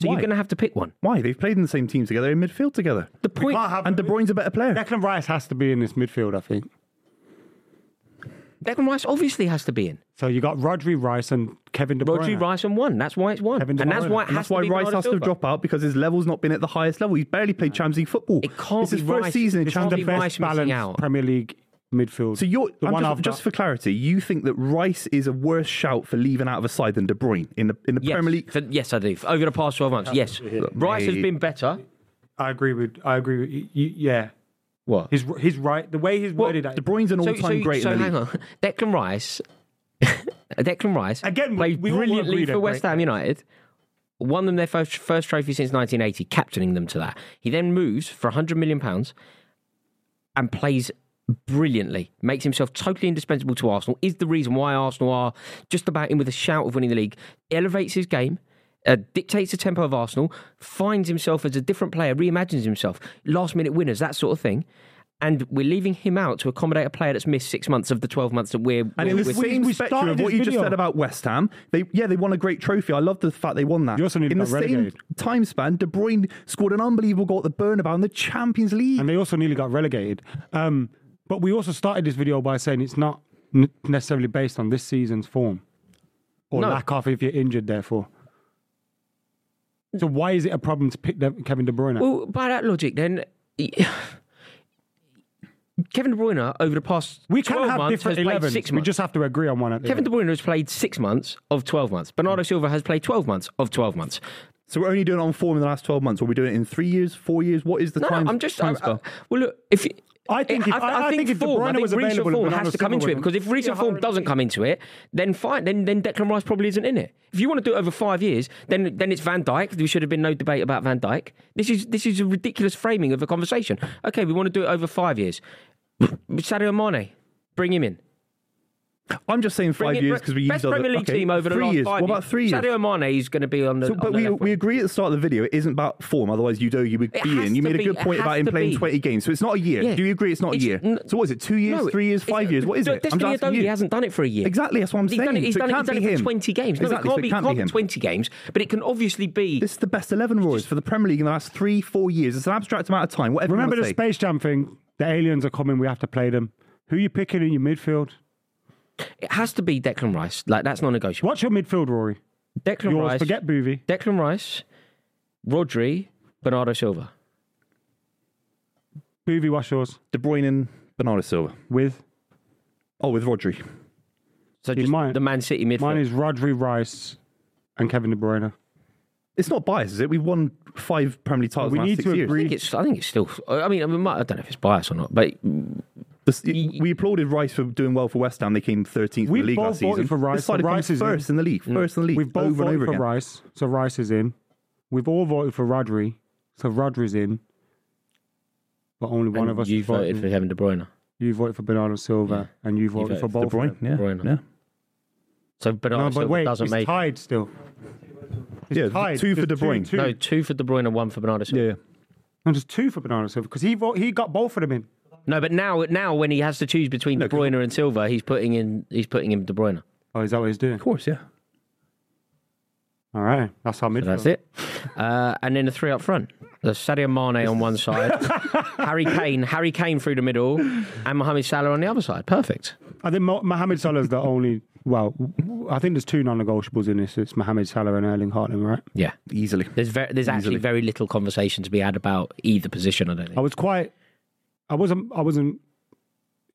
So Why? you're going to have to pick one. Why? They've played in the same team together in midfield together. The point. can't have- and De Bruyne's a better player. Declan Rice has to be in this midfield, I think. Declan Rice obviously has to be in. So you got Rodri Rice and Kevin De Bruyne. Rodri Rice and one. That's why it's one. Kevin De and that's Bruyne. why it And has that's to why be Rice Bernardo has to Silva. drop out because his level's not been at the highest level. He's barely played Champions League football. It can't it's his be first Rice. season in It It's can't Champions be the League. Rice best missing balanced out. Premier League midfield. So you're the I'm one just, after. just for clarity, you think that Rice is a worse shout for leaving out of a side than De Bruyne in the in the Yes. Premier League? For- yes, I do. Over the past 12 months, yes. Rice has Mate. been better. I agree with. I agree with. You, yeah, What? his his right. The way he's worded that. De Bruyne's an all-time great So in the hang league. on, *laughs* Declan Rice, *laughs* Declan Rice Again, we- played we all agree brilliantly they're for West great. Ham United, won them their first first trophy since 1980, captaining them to that. He then moves for 100 million pounds and plays brilliantly, makes himself totally indispensable to Arsenal. Is the reason why Arsenal are just about in with a shout of winning the league. Elevates his game. Uh, dictates the tempo of Arsenal, finds himself as a different player, reimagines himself, last minute winners, that sort of thing. And we're leaving him out to accommodate a player that's missed six months of the 12 months that we're. And in the we're- same we spectrum started of what this you just video. said about West Ham, they yeah they won a great trophy. I love the fact they won that. You also need to in the get relegated. same time span, De Bruyne scored an unbelievable goal at the Bernabeu in the Champions League. and they also nearly got relegated. Um, but we also started this video by saying it's not n- necessarily based on this season's form or No. lack of if you're injured. Therefore, so why is it a problem to pick De- Kevin De Bruyne? Well, by that logic, then. *sighs* Kevin De Bruyne, over the past we 12 can have months, different has played 11s. six We months. just have to agree on one. At the Kevin De Bruyne has played six months of 12 months. Bernardo Hmm. Silva has played 12 months of 12 months. So we're only doing it on form in the last twelve months. Are we doing it in three years, four years? What is the No, time? no, I'm just. uh, time I- I- spell? well, look, if. you- I think if- I- I think if De form, Bruyne I think was recent available and form Bernardo has to come Silva into it wasn't, because if recent yeah, form Harry- doesn't come into it, then fine, then then Declan Rice probably isn't in it. If you want to do it over five years, then then it's Van Dyke. There should have been no debate about Van Dyke. This is this is a ridiculous framing of a conversation. Okay, we want to do it over five years. Sadio Mane, bring him in. I'm just saying uh, Bring five it- years because we best used other. Premier League okay, team over the three last years. five What years. about three years? Sadio Mane is going to be on the. So, on but the we, left we agree at the start of the video it isn't about form, otherwise you know you would It be has in. You to made a be. good It point has about him to playing be. 20 games. So it's not a year. Yeah. Do you agree it's not a It's year? n- so what is it, two years, No, three years, it's- uh, five years? What is it? I'm Destiny just asking Adoli you. hasn't done it for a year. Exactly, that's what I'm he's saying. Done it, he's So it done it, can't he's done be it for him. 20 games. No, Exactly, it so can't, it be, can't be be him. 20 games, but it can obviously be. This is the best 11 Royals for the Premier League in the last three, four years. It's an abstract amount of time. Whatever you Remember wanna the say. Space Jam thing? The aliens are coming. We have to play them. Who you picking in your midfield? It has to be Declan Rice. Like, that's non negotiable. What's your midfield, Rory? Declan Yours. Rice. Forget Boovy. Declan Rice, Rodri, Bernardo Silva. Boovy, what's yours? De Bruyne and Bernardo Silva. With Oh, with Rodri. So See, just mine- the Man City midfield. mine is Rodri Rice and Kevin De Bruyne. It's not biased, is it? We've won five Premier League titles we in the need last six to years. I agree- think it's. I think it's still. I mean, I, mean, I don't know if it's biased or not, but This- we applauded Rice for doing well for West Ham. They came 13th We've in the league both last voted season. for Rice, This side but have come Rice is in. first in Mm. the league. First in the league. We've both over and voted over for again. Rice, so Rice is in. We've all voted for Rodri, so Rodri's in. But only one and of us you has voted. voted for Kevin De Bruyne. You voted for Bernardo Silva, and you voted, for voted both. De Bruyne, of them. yeah. Bruyne. yeah. So Bernardo No, but Silva wait, doesn't it's make. tied still. It's Yeah, tied. two for There's De Bruyne. Two, two. No, two for De Bruyne, one for Bernardo Silva. Yeah. No, there's two for Bernardo Silva because he vote, he got both of them in. No, but now, now when he has to choose between De No, 'cause- Bruyne and Silva, he's putting in. He's putting in De Bruyne. Oh, is that what he's doing? Of course, yeah. All right, that's our midfield. That's it. Uh, and then the three up front. There's Sadio Mane on one side, Harry Kane, Harry Kane through the middle, and Mohamed Salah on the other side. Perfect. I think Mo- Mohamed Salah's the only Well, w- I think there's two non-negotiables in this. It's Mohamed Salah and Erling Haaland, right? Yeah. Easily. There's very, there's actually Easily. very little conversation to be had about either position. I don't I think. was quite. I wasn't. I wasn't.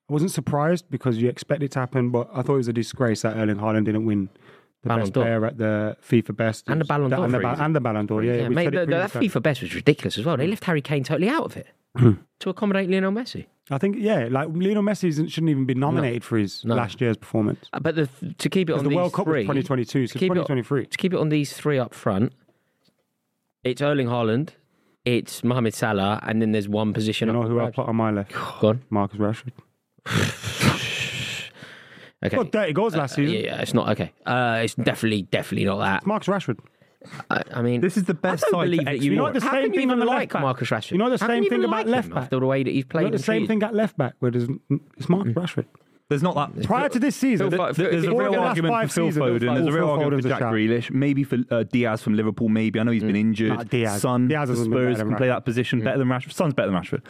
I wasn't surprised because you expect it to happen, but I thought it was a disgrace that Erling Haaland didn't win the Ballon best d'Or. player at the FIFA Best And the Ballon That- d'Or and the, for Ba- reason. and the Ballon d'or. Yeah, yeah, we mate, said it that, that previously. FIFA best was ridiculous as well. They left Harry Kane totally out of it Hmm. to accommodate Lionel Messi. I think yeah, like Lionel Messi isn't- shouldn't even be nominated for his last year's performance. Uh, But the, to keep it on the these World Cup was three, 2022, so keep it on- 2023. to keep it on these three up front, it's Erling Haaland, it's Mohamed Salah, and then there's one position. You know up who I plot on *sighs* my left? Gone. Marcus Rashford. Okay. Got 30 goals last yeah, season. yeah, it's not okay. Uh, it's definitely, definitely not that. Marcus Rashford. I, I mean, This is the best I don't side to believe that you. export. You know what the How same can you thing on even the left like back? Marcus Rashford? You know the How can same you even thing about like left him back? After the Mm. way that he's played, Not the and same treated? thing at left back where there's it's Marcus Rashford. There's not that. Prior to this season, Phil Fo- the- There's a all real the last argument for five Phil seasons, Foden. There's a Phil real argument Foden's for a Jack shout. Grealish. Maybe for uh, Diaz from Liverpool. Maybe I know he's been injured. Nah, Diaz- Son, Diaz the hasn't been Spurs better than can play that position better than Rashford. Son's better than Rashford.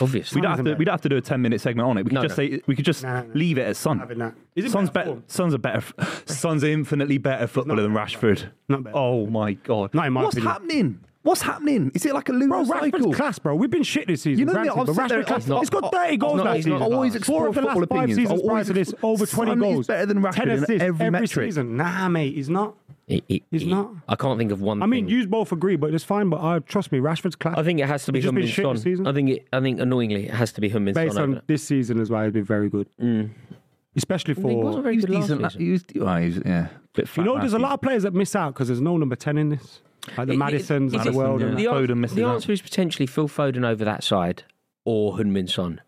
Obviously, We don't have to. better. We don't have to do a ten-minute segment on it. We could No, just no. say we could just Nah, nah. leave it as Son. Having that. Is it Son's better better. form? Son's a better. f- Son's infinitely better footballer than Rashford. Not better. Oh my god. Not in my What's opinion. happening? What's happening? Is it like a loser Bro, Rashford's cycle? class, bro. We've been shit this season. You know, granted, I've but said Rashford there- class. I've- he's got I've- 30 goals I've last always season. explored Four of the last football five opinions. seasons I've prior always to this, explored- over 20 Son is goals. better than Rashford 10 in assists every metric. season. Nah, mate, he's not. He- he- He's he- not. I can't think of one. I mean, thing. you both agree, but it's fine. But I trust me, Rashford's class. I think it has to be He's just Hummin been shit this Son. season. I think it, I think annoyingly it has to be Hummin based Son. on this season as well, he's been very good, Mm. especially He wasn't for. very He was good last decent. la- season. He was. oh, he was- yeah. Bit You flat know, last there's a season. lot of players that miss out because there's no number ten in this, like the It- it- Madisons it's- and the world. yeah. and that. The, Foden answer- misses the out. answer is potentially Phil Foden over that side or Hunmin Son.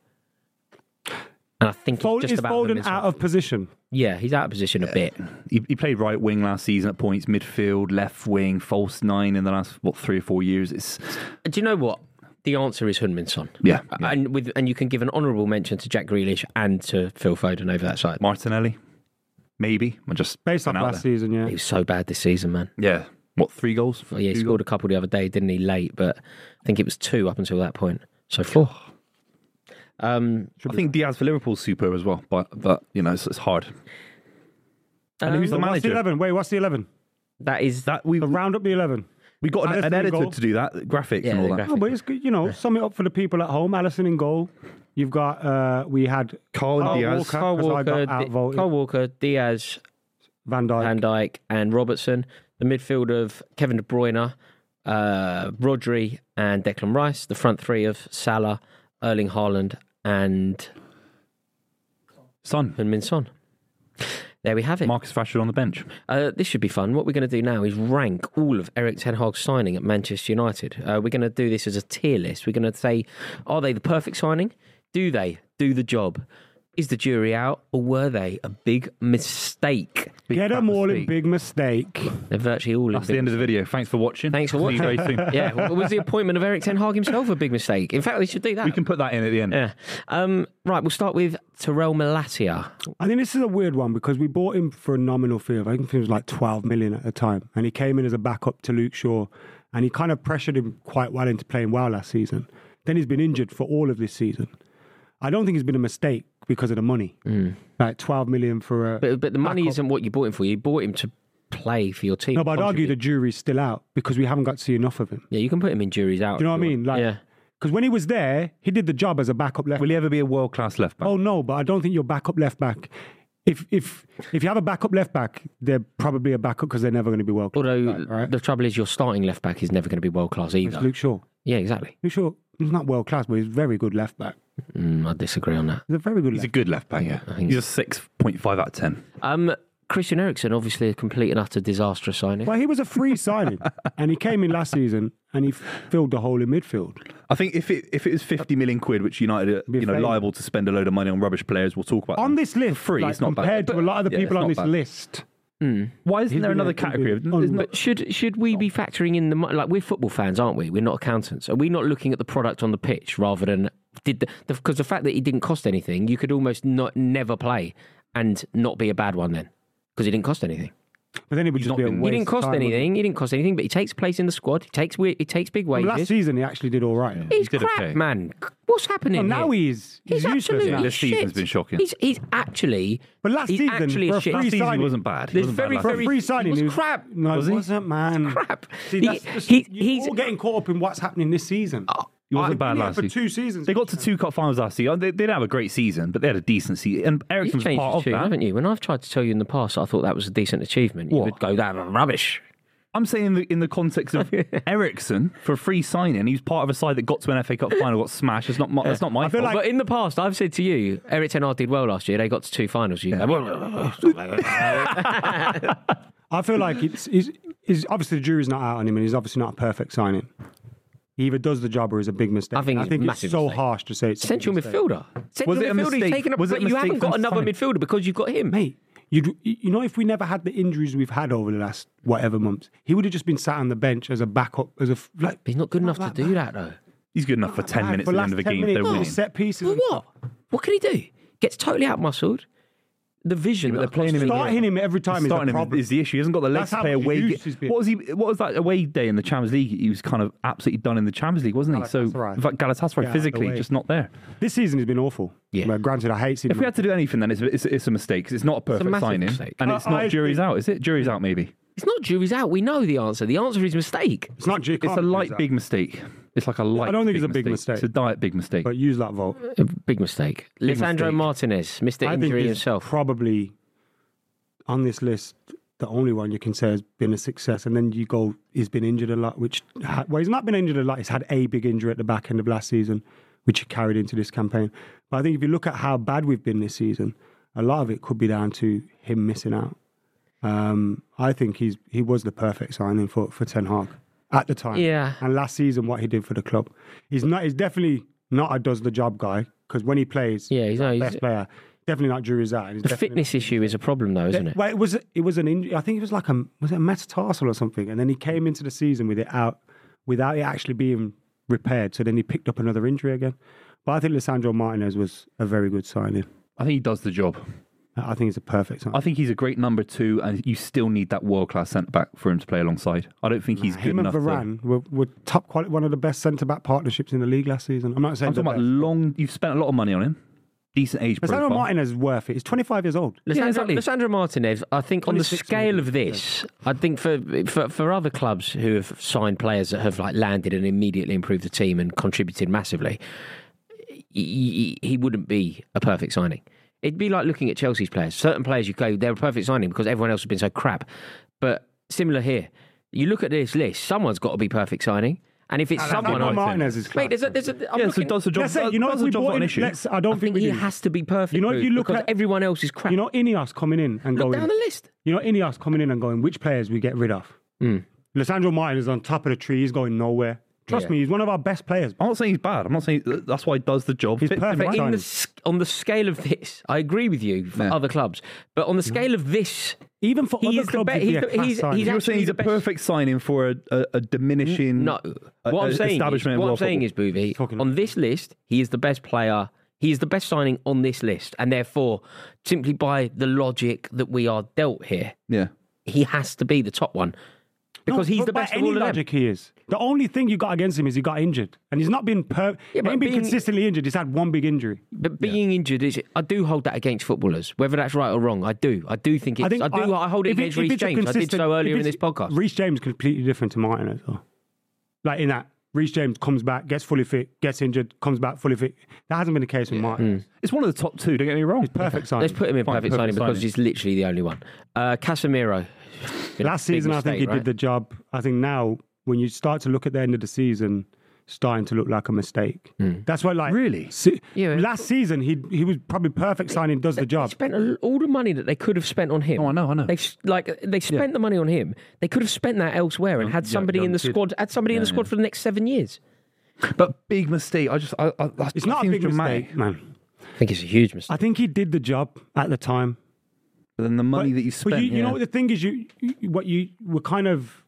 And I think Fold, it's just is about Foden Heung-min Son. out of position? Yeah, he's out of position a bit. He, he played right wing last season at points, midfield, left wing, false nine in the last what three or four years. It's Do you know what? The answer is Hunmin Son. Yeah, Uh, yeah. And with and you can give an honourable mention to Jack Grealish and to Phil Foden over that side. Martinelli, maybe. I'm just Based off throwing out last there. season, yeah. He was so bad this season, man. Yeah, what three goals? Well, yeah, he Two scored a couple the other day, didn't he? Late, but I think it was two up until that point. So four. Um, goals. Oh. I think Diaz for Liverpool's super as well, but but you know it's, it's hard. And who's the Um, What's the manager? eleven? Wait, what's the eleven? Um, that is That we Round up the eleven. we got an, Alisson an in editor goal. to do that graphics Yeah, and the all that. graphic. No, but it's good. You know, sum it up for the people at home. Allison in goal. You've got. uh We had Carl Carl Diaz. Walker, Carl 'cause I Walker, got Di- outvoted. Carl Walker, Diaz, Van Dijk. Van Dijk, and Robertson. The midfield of Kevin De Bruyne, uh, Rodri, and Declan Rice. The front three of Salah, Erling Haaland, and Son, Min Son. There we have it. Marcus Rashford on the bench. Uh, this should be fun. What we're going to do now is rank all of Eric Ten Hag's signing at Manchester United. Uh, we're going to do this as a tier list. We're going to say, are they the perfect signing? Do they do the job? Is the jury out, or were they a big mistake? Get fat them all in mistake. big mistake. They're virtually all. That's in the end of the video. Thanks for watching. Thanks for See you watching. very soon. *laughs* yeah, well, was the appointment of Eric Ten Hag himself a big mistake? In fact, they should do that. we can put that in at the end. Yeah. Um, right, we'll start with Terrell Malatia. I think this is a weird one because we bought him for a nominal fee of I think it was like 12 million at the time, and he came in as a backup to Luke Shaw, and he kind of pressured him quite well into playing well last season. Then he's been injured for all of this season. I don't think it's been a mistake because of the money, like 12 million for a. Mm. But, but the money backup. isn't what you bought him for. You bought him to play for your team. No, but I'd argue Contribute. the jury's still out because we haven't got to see enough of him. Yeah, you can put him in juries out. Do you know if what I want. mean? Like, yeah. because when he was there, he did the job as a backup left. Will he ever be a world class left back? Oh no, but I don't think you're backup left back. If if if you have a backup left back, they're probably a backup because they're never going to be world class. Although right? the trouble is, your starting left back is never going to be world class either. Luke Shaw. Yeah, exactly. Luke Shaw. He's not world class, but he's very good left back. Mm, I disagree on that. He's a very good. He's a left. good left back. Yeah, he's a six point five out of ten. Um, Christian Eriksen, obviously a complete and utter disastrous signing. Well, he was a free signing, *laughs* and he came in last season and he filled the hole in midfield. I think if it if it was fifty million quid, which United are, a you know failure. liable to spend a load of money on rubbish players, we'll talk about On them. this list, For free. like, it's not compared bad. to a lot of the Yeah, people it's on not this bad. list. Why isn't there been another a- he's been category? of- on- isn't- But should should we be factoring in the mo- like we're football fans, aren't we? We're not accountants. Are we not looking at the product on the pitch rather than did the because the, 'cause the fact that he didn't cost anything, you could almost not never play and not be a bad one then because he didn't cost anything. But then it would He's just not be a been- He waste He didn't of cost time, wouldn't it? anything. He didn't cost anything, but he takes place in the squad. He takes we- he takes big Well, wages. last season he actually did all right. he's did crap, okay. man. C- What's happening? Well, now here? he's he's he's, useless absolutely now. Yeah, this shit. season's been shocking. He's he's actually But last he's season, actually for a a shit. Last free season he signing. wasn't bad. He There's wasn't very, bad For last a very- season. free signing, It was he was- crap. No, Was it he? wasn't, man. crap. See, He- that's just, he- you're he's- Oh, all getting caught up in what's happening this season. He wasn't I've bad been here last for season. two seasons. They got to two cup finals last season. They, they didn't have a great season, but they had a decent season. And You've Ericsson's changed part your of tune, that. haven't you? When I've tried to tell you in the past, I thought that was a decent achievement. You What? would go down on rubbish. I'm saying in the, in the context *laughs* of Ericsson for free signing, he was part of a side that got to an FA Cup final, got smashed. That's not my, that's not my fault. but in the past, I've said to you, Eric Ten Hag did well last year. They got to two finals. You go, *laughs* I feel like it's, it's, it's obviously the jury's not out on him, and he's obviously not a perfect signing. He either does the job or is a big mistake. I think it's a it's, massive so mistake. harsh to say it's a big central mistake. midfielder. Central it a midfielder. He's mistake? taken up, Was it a but you mistake haven't got from another signing? midfielder because you've got him. Mate, you'd, you know, if we never had the injuries we've had over the last whatever months, he would have just been sat on the bench as a backup, as a f- like. He's not good enough to do that though. He's good enough for 10 minutes for at the last end of a 10 game. minutes, They're all winning. these set pieces. Well, and what? What can he do? Gets totally out muscled. The vision. But they're playing him in Starting him every time is the starting him problem. is the issue. He hasn't got the That's legs to how play much away. abuse he's ga- been. What was he? What was that away day in the Champions League? He was kind of absolutely done in the Champions League, wasn't he? So, Galatasaray. in fact, Galatasaray Yeah, the physically way. just not there. This season has been awful. Yeah. Well, granted, I hate seeing If we had to do anything, then it's it's, it's a mistake. 'cause It's not a perfect massive signing, mistake. and it's I- not I jury's think- out, is it? Jury's out, maybe. It's not jury's out. We know the answer. The answer is mistake. it's not Jake. It's a light big mistake. It's like a light. don't think it's a big mistake. It's a diet big mistake. but use that vote. A big mistake. Lisandro mistake. Martinez, Mr. I think Injury he's himself. probably on this list the only one you can say has been a success. And then you go, he's been injured a lot, which ha- well, he's not been injured a lot. He's had a big injury at the back end of last season, which he carried into this campaign. But I think if you look at how bad we've been this season, a lot of it could be down to him missing out. Um, I think he's he was the perfect signing for for Ten Hag at the time. Yeah. and last season what he did for the club, he's not. He's definitely not a does the job guy because when he plays, Yeah, he's no. He's, best player. Definitely not Drew Rizat. and he's the definitely- fitness issue is a problem though, isn't it? Well, it was it was an injury. I think it was like a was it a metatarsal or something, and then he came into the season with it out without it actually being repaired. So then he picked up another injury again. But I think Lissandro Martinez was a very good signing. I think he does the job. I think it's a perfect signing. I think he's a great number two, and you still need that world class centre back for him to play alongside. I don't think he's good Him and enough. to- Varane were, were top quality, one of the best centre back partnerships in the league last season. I'm not saying I'm talking the about best. long. You've spent a lot of money on him. Decent age profile. Lissandro Martinez is worth it. He's 25 years old. Lissandro, Yeah, exactly. Lissandro Martinez, I think on the 26 scale maybe, of this, I think for, for for other clubs who have signed players that have like landed and immediately improved the team and contributed massively, he, he- he wouldn't be a perfect signing. It'd be like looking at Chelsea's players. Certain players you go, they're a perfect signing because everyone else has been so crap. But similar here, you look at this list, someone's got to be perfect signing, and if it's someone, Lissandro Martinez is mate, there's a class. there's a I'm yeah, so looking, does the job. Let's say, does- you know, does if the we job bought not an him, issue. let's, I don't I think think we he do. has to be perfect. You know, if you look because at- everyone else is crap. You know, Ineos coming in and look going down the list. You know, Ineos coming in and going, which players we get rid of? Lissandro Martin is on top of the tree. He's going nowhere. Trust Yeah. me, he's one of our best players. I'm not saying he's bad. I'm not saying uh, that's why he does the job. He's Fits him perfect. right. But in Tiny. the, sc- on the scale of this, I agree with you for Yeah. other clubs. But on the scale of this, Even for He other is the clubs, be- he'd he's be a the- class he's- signing. he's You're actually saying he's the a best- perfect signing for a, a, a diminishing. no. Mm. Uh, a- What a I'm saying, is, establishment in what I'm world saying is, football. Booby, Talking- on this list, he is the best player. He is the best signing on this list, and therefore, simply by the logic that we are dealt here, Yeah. he has to be the top one because No, he's but the by best of any all of them. logic he is. The only thing you got against him is he got injured, and he's not been Yeah, per. he but ain't been being- consistently injured. He's had one big injury. But being injured is, I do hold that against footballers, whether that's right or wrong. I do, I do think it's, I, think do, I, hold it if against if Reece it's a James. I did consistent- so earlier if in it's- this podcast. Reece James is completely different to Martinez, though. Like in that, Reece James comes back, gets fully fit, gets injured, comes back fully fit. That hasn't been the case with Martinez. It's one of the top two. Don't get me wrong. Perfect signing. Hmm. Let's put him in Fine, perfect, perfect signing because signing. he's literally the only one. Uh, Casemiro. Been a *laughs* Last big season, I think mistake, he right? did the job. I think now, when you start to look at the end of the season, starting to look like a mistake. That's why, like, Really? se- Hmm. Yeah. Last season, he he was probably perfect signing, does the job. spent a- all the money that they could have spent on him. Oh, I know, I know. They like they spent the money on him. They could have spent that elsewhere and had somebody in young the kid. squad. Had somebody in the squad for the next seven years. But big mistake. I just. I, I, that It's not a seems big dramatic. mistake, man. I think it's a huge mistake. I think he did the job at the time. But then the money that you but spent. you, you yeah. know what the thing is, you, you what you were kind of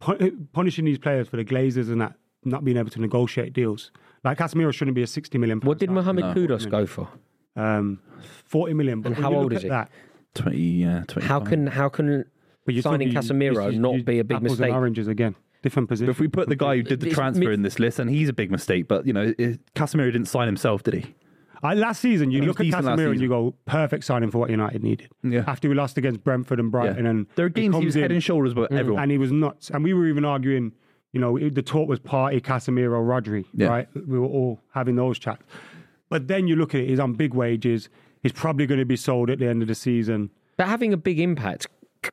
pu- punishing these players for the Glazers and that not being able to negotiate deals. Like Casemiro shouldn't be a sixty million. what did Mohamed Kudos go for? um, forty million? But And when how you old is look at he? That, 20, yeah, 20. How can how can But you're signing talking- Casemiro you- not you- be a big apples mistake. And oranges again, different position. But if we put the guy who did the It's transfer mi- in this list, and he's a big mistake, but you know, it, Casemiro didn't sign himself, did he? I, last season, you He look at was decent last Casemiro and season. you go, perfect signing for what United needed. Yeah. After we lost against Brentford and Brighton, and there are games he comes was in Mm. head and shoulders above everyone. and he was nuts. And we were even arguing, you know, it- the talk was party Casemiro, Rodri, Yeah. right? We were all having those chats. But then you look at it, he's on big wages. He's probably going to be sold at the end of the season. But having a big impact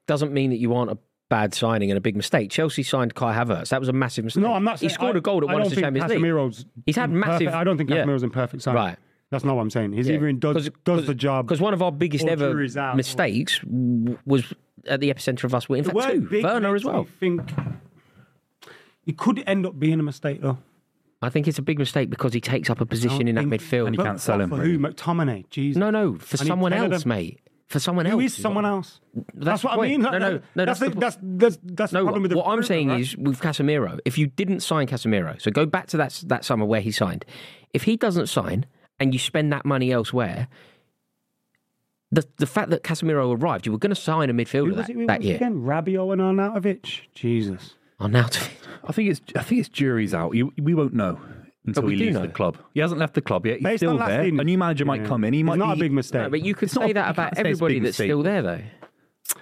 doesn't mean that you aren't a bad signing and a big mistake. Chelsea signed Kai Havertz. That was a massive mistake. No, I'm not. He Saying, scored a a goal that I won don't us the think Champions League. Casemiro's He's had imperfect- massive- I don't think yeah. Casemiro's in perfect sign. Right. That's not what I'm saying. He's either in does, does the job. Because Um, one of our biggest or ever jury's out. mistakes w- was at the epicenter of us. In fact, Weren't two. big Werner as makes me well. Think it could end up being a mistake though. I think it's a big mistake because he takes up a position in that Think- midfield. And he But can't sell what him, for really. who? McTominay. Jesus. No, no, for I need someone ten of else, them. mate. For someone Who else. is someone else? That's, the what point. I mean. No, Like, no, no. That's, That's the, the, that's that's that's the no. problem with the what I'm recruitment, saying right? is with Casemiro, if you didn't sign Casemiro, so go back to that that summer where he signed. If he doesn't sign and you spend that money elsewhere, the the fact that Casemiro arrived, you were going to sign a midfielder who was that, it? Who that was it year. again? Rabiot and Arnautovic. Jesus. Oh, now *laughs* I think it's I think it's jury's out. You, we won't know until Oh, we he do leaves know. the club. He hasn't left the club yet. He's Based still on last there. season- a new manager might Yeah. come in. He might It's not be- a big mistake. but you could *laughs* It's not say a- that you about can't say it's a everybody big that's mistake. still there, though.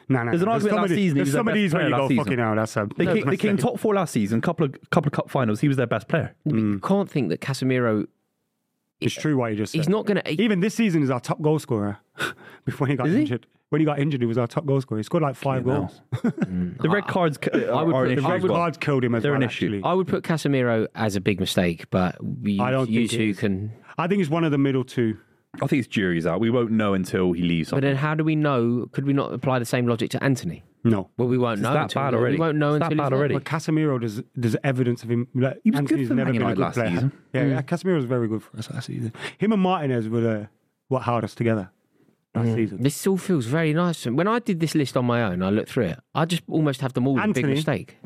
No, no. There's an no. argument some last of these- season he There's was their some of best these where player you last go season. fucking hell. That's a. They, that's came, a they came mistake. top four last season. Couple of couple of cup finals. He was their best player. You can't think that Casemiro. It's true what you just said. He's not going to. Even this season, he's our top goal scorer. *laughs* Before he got he? injured, when he got injured, he was our top goal scorer. He scored like five You know. goals. The red cards. ca- Ah. I would are an put- issue I as Red would- well. cards killed him as They're well. an issue. actually. I would put Casemiro as a big mistake, but you, I don't you think it two is. can. I think it's one of the middle two. I think it's jury's out. We won't know until he leaves. But then, how do we know? Could we not apply the same logic to Anthony? No. Well, we won't It's know. that until, bad We already. won't know It's that until he's bad there. already. But Casemiro, there's there's evidence of him. Like, was good Anthony's for Man never been a United good last player. season. Mm. Yeah, Casemiro was very good for us last season. Him and Martinez were the, what held us together last Mm. season. This all feels very nice. And when I did this list on my own, I looked through it. I just almost have them all in a big Anthony. mistake.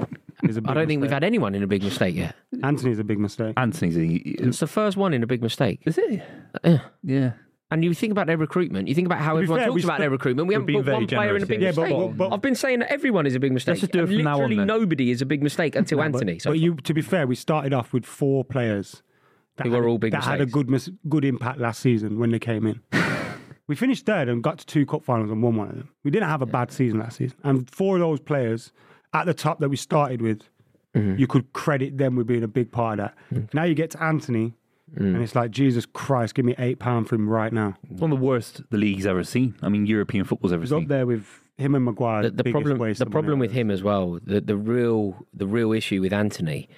Is a big I don't think we've had anyone in a big mistake yet. mistake. Anthony's a big mistake. Anthony's. A, It's the first one in a big mistake. is it? Yeah. Yeah. And you think about their recruitment. You think about how be everyone fair, talks we about still- their recruitment. We we're haven't being put very one player in a generous big here. Yeah, but- mistake. but- but- I've been saying that everyone is a big mistake. just do it and from now on, Literally then. nobody is a big mistake until Anthony. So but you, to be fair, we started off with four players that Who were had- all big that had a mistakes. good mis- good impact last season when they *laughs* came in. we finished third and got to two cup finals and won one of them. We didn't have a bad season last season, and four of those players at the top that we started with, Mm-hmm. you could credit them with being a big part of that. Mm. Now you get to Anthony, and it's like Jesus Christ, give me eight pound for him right now. It's one of the worst the league's ever seen. I mean, European football's ever He's up seen. there with him and Maguire. the, the biggest problem waste the of problem money. with him as well the the real the real issue with Anthony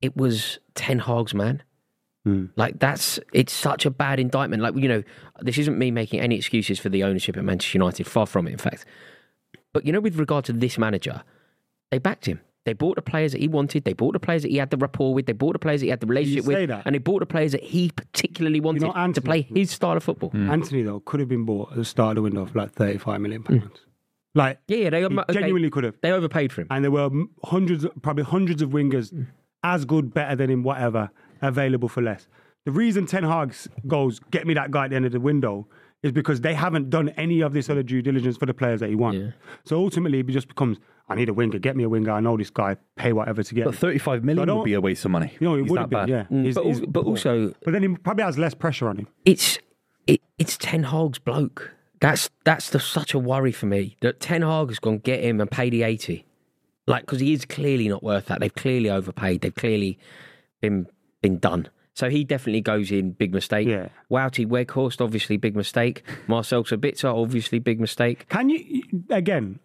it was Ten Hag's man Hmm. like that's it's such a bad indictment like you know this isn't me making any excuses for the ownership at Manchester United far from it in fact but you know with regard to this manager they backed him they bought the players that he wanted they bought the players that he had the rapport with they bought the players that he had the relationship say with that. and they bought the players that he particularly wanted to Anthony- Hmm. play his style of football Anthony though could have been bought at the start of the window for like thirty-five million pounds. Mm. Like yeah yeah they He okay, genuinely could have. they overpaid for him And there were m- hundreds, probably hundreds of wingers, as good, better than him, whatever, available for less. The reason Ten Hag s- goes, get me that guy at the end of the window, is because they haven't done any of this other due diligence for the players that he wants. So ultimately, it just becomes, I need a winger, get me a winger, I know this guy, pay whatever to get But him. 35 So I million don't- would be a waste of money. You know, it He's would that have been, bad. yeah. He's- but, he's al- but poor. also But then he probably has less pressure on him. it's it, it's Ten Hag's bloke. That's that's the, such a worry for me that Ten Hag has gone get him and pay the eighty, like because he is clearly not worth that. They've clearly overpaid. They've clearly been been done. So he definitely goes in big mistake. Yeah. Wouty Weghorst obviously big mistake. Marcel Sabitzer obviously big mistake. Can you, again,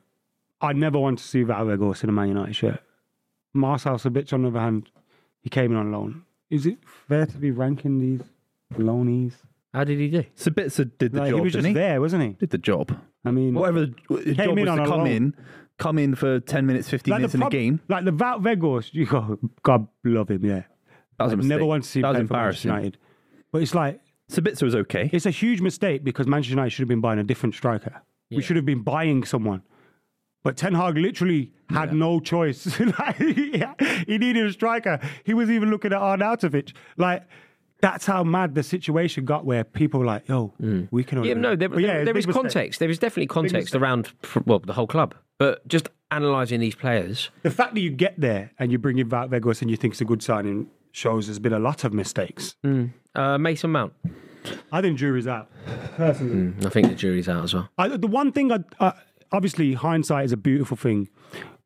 I never want to see Valverde in a Man United shirt. Marcel Sabic, on the other hand, he came in on loan. Is it fair to be ranking these loanies? How did he do? Sabitzer did the Like, job, he was didn't just he? there, wasn't he? Did the job. I mean, Whatever the the job in was on to a come loan. in, come in for 10 minutes, 15 minutes in a prob- game. Like the Val Vegors, you go, God love him, yeah. That was a I'd mistake. never want to see That him play was for Manchester embarrassing. United. But it's like, Sabitzer was okay. it's a huge mistake because Manchester United should have been buying a different striker. We should have been buying someone. But Ten Hag literally had no choice. *laughs* like, he, he needed a striker. He was even looking at Arnautovic. Like, that's how mad the situation got where people were like, yo, we can Mm. Yeah, only- no, there, But yeah, there- it's there a big is mistake. context. There is definitely context around well the whole club, but just analysing these players. The fact that you get there and you bring in Vout Vegas and you think it's a good signing shows there's been a lot of mistakes. Uh, Mason Mount. I think jury's out, personally. I think the jury's out as well. I, the one thing, I, I, obviously, hindsight is a beautiful thing.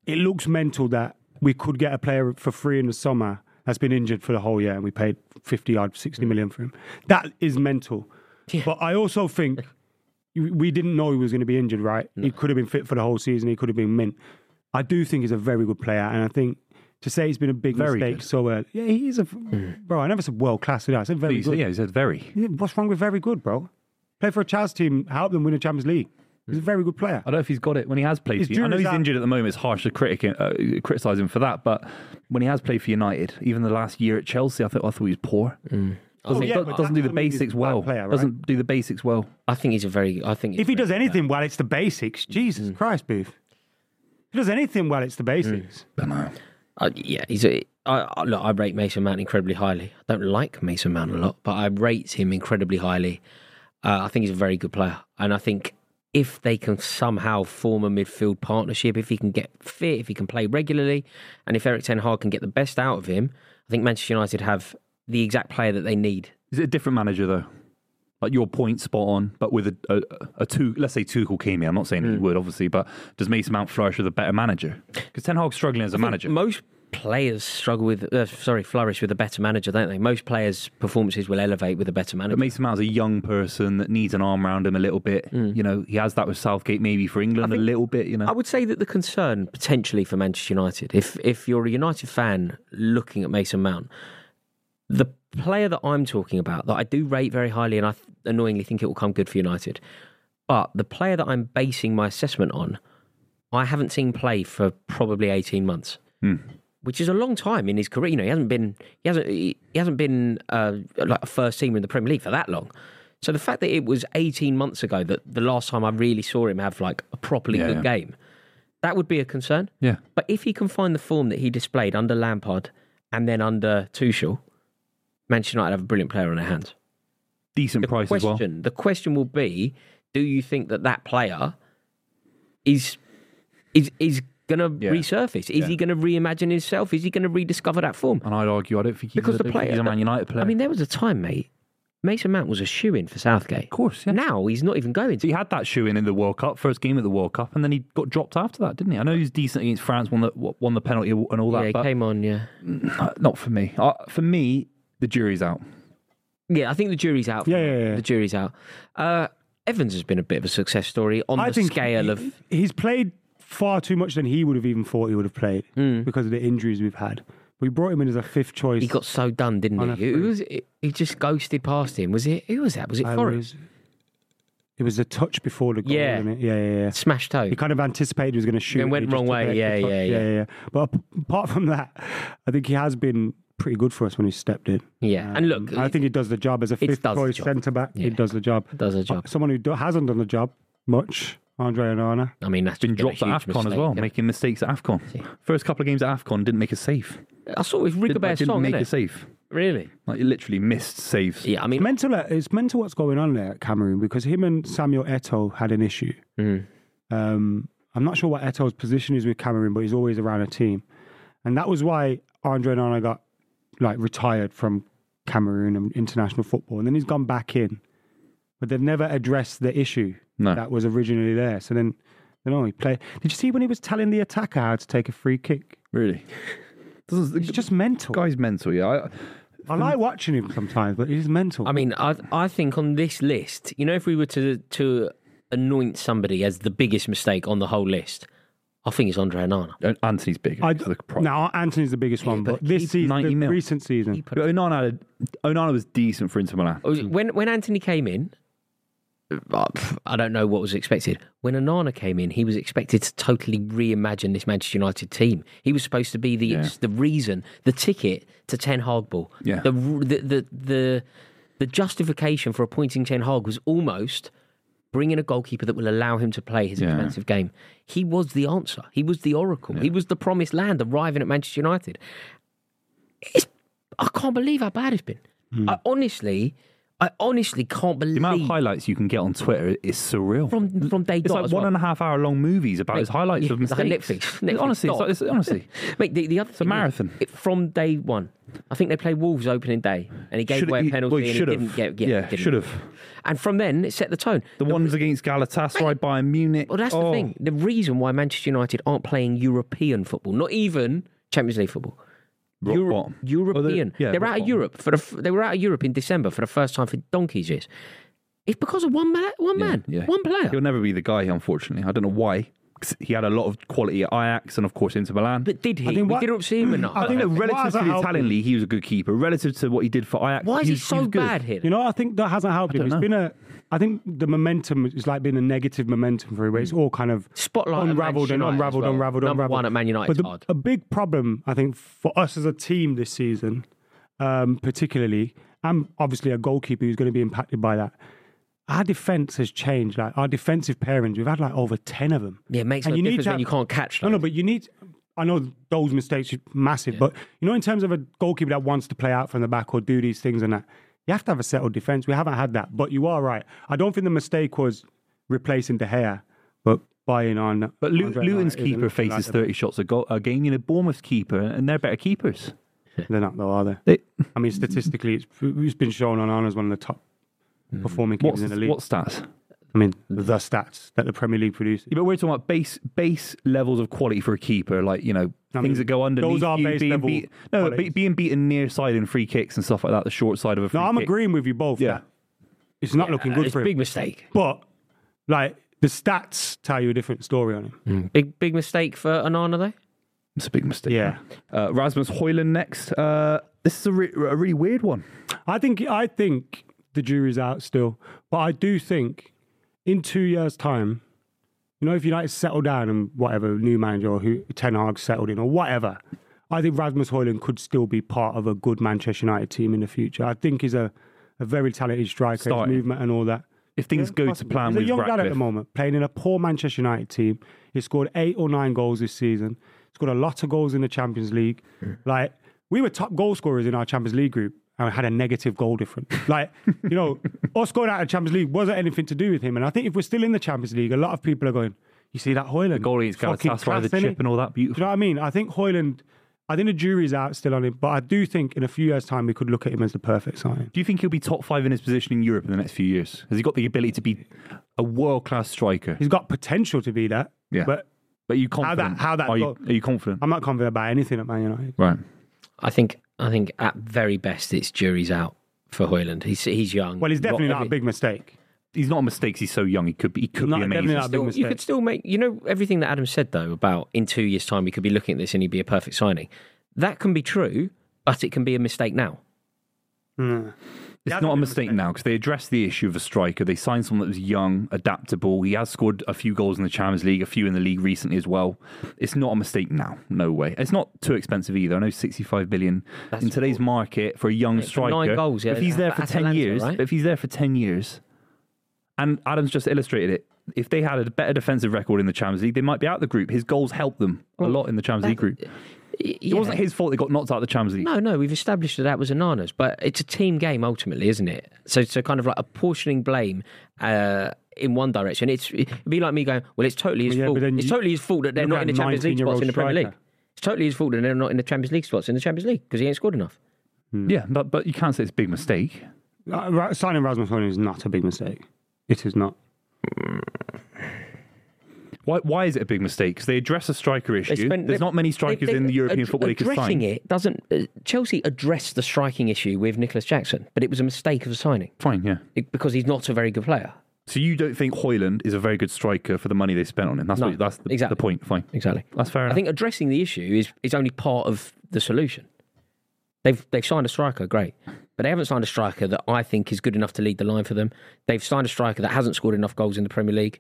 It looks mental that we could get a player for free in the summer that's been injured for the whole year and we paid 50 odd, 60 million for him. That is mental. But I also think you- we didn't know he was going to be injured, right? He could have been fit for the whole season, he could have been mint. I do think he's a very good player, and I think. To say he's been a big Very mistake good. Hmm. so early. Yeah, he is a. Bro, I never said world class. did I? I said very He said- good. yeah, he said very. Yeah, What's wrong with very good, bro? Play for a Chaz team, help them win a Champions League. He's a very good player. I don't know if he's got it when he has played His for you. I know jury's out. he's injured at the moment. It's harsh to critic, uh, criticise him for that. But when he has played for United, even the last year at Chelsea, I thought, I thought he was poor. Doesn't, Oh, yeah, do- but doesn't do that the doesn't mean he's a basics bad well. player, right? Doesn't do the basics well. I think he's a very. I think he's If he very- does anything well, it's the basics. Jesus Mm. Christ, Booth. If he does anything well, it's the Mm. basics. don't know. Uh, yeah, he's a. I, I, look, I rate Mason Mount incredibly highly. I don't like Mason Mount a lot, but I rate him incredibly highly. Uh, I think he's a very good player, and I think if they can somehow form a midfield partnership, if he can get fit, if he can play regularly, and if Eric Ten Hag can get the best out of him, I think Manchester United have the exact player that they need. Is it a different manager though? Like your point, spot on, but with a a, a two. Let's say Tuchel came here. I'm not saying he would, obviously, but does Mason Mount flourish with a better manager? Because Ten Hag's struggling as a manager. Most players struggle with, uh, sorry, flourish with a better manager, don't they? Most players' performances will elevate with a better manager. But Mason Mount's a young person that needs an arm around him a little bit. You know, he has that with Southgate, maybe for England a little bit. You know, I would say that the concern potentially for Manchester United, if if you're a United fan looking at Mason Mount, the player that I'm talking about that I do rate very highly, and I th- annoyingly think it will come good for United, but the player that I'm basing my assessment on, I haven't seen play for probably 18 months. Hmm. Which is a long time in his career. You know, he hasn't been he hasn't he, he hasn't been uh, like a first teamer in the Premier League for that long. So the fact that it was 18 months ago that the last time I really saw him have like a properly Yeah, good yeah. game, that would be a concern. yeah. But if he can find the form that he displayed under Lampard and then under Tuchel, Manchester United have a brilliant player on their hands. Decent The price question, as well. the question will be: Do you think that that player is is is going to Yeah. resurface? Is he going to reimagine himself? Is he going to rediscover that form? And I'd argue, I don't think he's, Because I the don't think player, he's a Man United I player. mean, there was a time, mate. Mason Mount was a shoe in for Southgate. Of course, yeah. Now he's not even going to. So he had that shoe in in the World Cup, first game of the World Cup, and then he got dropped after that, didn't he? I know he was decent against France, won the won the penalty and all that, yeah, he but came on. Yeah, not for me. Uh, for me, the jury's out. yeah. I think the jury's out. for Yeah, that. yeah, yeah. The jury's out. Uh, Evans has been a bit of a success story on I the think scale of he- he's played far too much than he would have even thought he would have played because of the injuries we've had. We brought him in as a fifth choice. Mm. He got so done, didn't On a he? Who free. was it? He just ghosted past him. Was it? Who was that? Was it I Forrest? was- it was a touch before the goal. Yeah. wasn't it? yeah, yeah, yeah. Smash toe. He kind of anticipated he was going to shoot. It went and he wrong just way. took it Yeah, extra touch. yeah, yeah. yeah, But ap- apart from that, I think he has been pretty good for us when he stepped in. Um, Yeah, and look, I think he does the job as a fifth does the choice job. centre back. He Yeah. does the job. Uh, Does the job. Someone who do- hasn't done the job much, Andre Onana. I mean, that's Been just a dropped at huge AFCON as mistake. well, making mistakes at AFCON. First couple of games at AFCON didn't make a save. I saw it was Didn't, like, Rigobert's didn't song, make a innit? save. Really? Like, he literally missed saves. Yeah, I mean, Mental, it's mental what's going on there at Cameroon because him and Samuel Eto had an issue. Mm. Um, I'm not sure what Eto's position is with Cameroon, but he's always around a team, and that was why Andre Onana got like retired from Cameroon and international football, and then he's gone back in, but they've never addressed the issue No. that was originally there. So then, you know, he played. Did you see when he was telling the attacker how to take a free kick? Really? Doesn't- It's just mental. guy's mental, yeah. I, I like watching him sometimes, but he's mental. I mean, I I think on this list, you know, if we were to to anoint somebody as the biggest mistake on the whole list, I think it's Andre Anana. Uh, Anthony's bigger. I, for the pro- now Anthony's the biggest one, but, but this keep season, 90 the mil. recent season, But Onana, had- Onana was decent for Inter Milan. Oh, When when Anthony came in, uh, pff, I don't know what was expected. When Anana came in, he was expected to totally reimagine this Manchester United team. He was supposed to be the Yeah. the reason, the ticket to Ten Hag ball. Yeah. The, the the the the justification for appointing Ten Hag was almost bringing a goalkeeper that will allow him to play his Yeah. expensive game. He was the answer. He was the oracle. He was the promised land arriving at Manchester United. It's, I can't believe how bad it's been. I honestly, I honestly can't Hmm. The amount of believe highlights you can get on Twitter is surreal. From- from day it's dot like as one well. and a half hour long movies about his highlights yeah, of it's mistakes. like a Netflix- Netflix honestly, doc. it's like- it's- honestly, *laughs* Mate, the, the other a thing is, marathon. it- from day one, I think they played Wolves opening day, and he gave Should- away he- a penalty, well, he and he should have. didn't get. Yeah, Yeah, didn't. should have. And from then, it set the tone. the ones against Galatasaray, Bayern Munich. Well, that's the Oh. thing. The reason why Manchester United aren't playing European football, not even Champions League football. Rock Euro- bottom. Well, European. they're- yeah, they're rock out of bottom. Europe for the. f- They were out of Europe in December for the first time for donkeys years. It's because of one man, one man, Yeah. one player. He'll never be the guy, unfortunately. I don't know why. 'Cause He had a lot of quality at Ajax and, of course, Inter Milan. But did he? think we what- didn't see him enough. Uh, I think No, Why relative has to that the helped Italian him? league, he was a good keeper. Relative to what he did for Ajax, why is he he was, so was good. bad here? You know, I think that hasn't helped him. It's know. been a. I think the momentum is like being a negative momentum for him. where It's all kind of Mm. Spotlight at unraveled Manchester and United as unraveled, well. unraveled, Number unraveled. one at Man United But the- is hard. a big problem, I think, for us as a team this season, um, particularly, I'm obviously a goalkeeper who's going to be impacted by that. Our defense has changed. Like our defensive pairings, we've had like over ten of them. Yeah, it makes And no you need difference to when have- you can't catch. No, loads. no, but you need. I know those mistakes are massive, but you know, in terms of a goalkeeper that wants to play out from the back or do these things and that, you have to have a settled defense. We haven't had that, but you are right. I don't think the mistake was replacing De Gea, but buying on. But Lu- Andre Luton's Knight isn't keeper looking faces like 30 shots a, go- a game. You know, Bournemouth's keeper, and they're better keepers. that. They're not though, are they? They, I mean, statistically, it's, it's been shown on Arnold as one of the top performing keepers Mm. what's, in the league. what stats? I mean, the stats that the Premier League produces. Yeah, but we're talking about base base levels of quality for a keeper, like you know I mean, things that go those underneath are you, base being level beat, no, be, qualities. being beaten near side in free kicks and stuff like that, the short side of a free No, I'm kick. agreeing with you both. Yeah. that it's not looking good it's for a him. big mistake. But like the stats tell you a different story on him. Big big mistake for Anana though. It's a big mistake. Yeah. Uh, Rasmus Hoyland next. Uh, this is a, re- a really weird one. I think I think the jury's out still, but I do think in two years' time, you know, if United settle down and whatever new manager or who Ten Hag settled in or whatever, I think Rasmus Hoyland could still be part of a good Manchester United team in the future. I think he's a, a very talented striker, his Starting. movement and all that. If things go to plan He's with a young lad at the Ratcliffe. moment, playing in a poor Manchester United team. He scored eight or nine goals this season. He scored a lot of goals in the Champions League. Like we were top goal scorers in our Champions League group and had a negative goal difference. Like you *laughs* know, us going out of Champions League wasn't anything to do with him. And I think if we're still in the Champions League, a lot of people are going, "You see that Hoyland The goalie is Fucking Galatasaray, the class, innit? chip and all that Do you know beautiful. what I mean? I think Hoyland. I think the jury's out still on him, but I do think in a few years' time we could look at him as the perfect signing. Do you think he'll be top five in his position in Europe in the next few years? Has he got the ability to be a world class striker? He's got potential to be that, Yeah. but But are you that- confident? how that are, you, go- are you confident? I'm not confident about anything at Man United. right. I think I think at very best it's jury's out for Hoyland. He's he's young. Well, it's definitely not a every- big mistake. He's not a mistake. He's so young. He could be. He could Not- be amazing. definitely not a big Still, you mistake. could still make you know everything that Adam said though about in two years' time we could be looking at this and he'd be a perfect signing. That can be true, but it can be a mistake now. It's not a mistake now because they addressed the issue of a striker. They signed someone that was young, adaptable. He has scored a few goals in the Champions League, a few in the league recently as well. It's not a mistake now. No way. It's not too expensive either. I know 65 billion in today's market for a young for striker. nine goals, yeah, If he's there for 10 Atalanta, years, right? if he's there for 10 years, and Adams just illustrated it. If they had a better defensive record in the Champions League, they might be out of the group. His goals helped them a lot in the Champions League group. It wasn't his fault they got knocked out of the Champions League. No, no, we've established that that was Anana's, but it's a team game ultimately, isn't it? So, so kind of like apportioning blame uh, in one direction. It's it'd be like me going, well, it's totally his Well, yeah, fault. but then It's you- totally his fault that they're look not at in the Champions League 19-year-old spots in the Premier striker. League. It's totally his fault that they're not in the Champions League spots in the Champions League because he ain't scored enough. Yeah, but, but you can't say it's a big mistake. Uh, Ra- signing Rasmus Hoyland is not a big mistake. It is not. Why, why is it a big mistake? Because they address a striker issue. spent- There's they- not many strikers they- in the they- European ad- football league could Addressing sign. it doesn't. Uh, Chelsea addressed the striking issue with Nicholas Jackson, but it was a mistake of a signing Fine, yeah. it- because he's not a very good player. So you don't think Hoyland is a very good striker for the money they spent on him? That's No, what, that's the, exactly. the point. Fine, Exactly. that's fair enough. I think addressing the issue is is only part of the solution. They've they've signed a striker, great, but they haven't signed a striker that I think is good enough to lead the line for them. They've signed a striker that hasn't scored enough goals in the Premier League.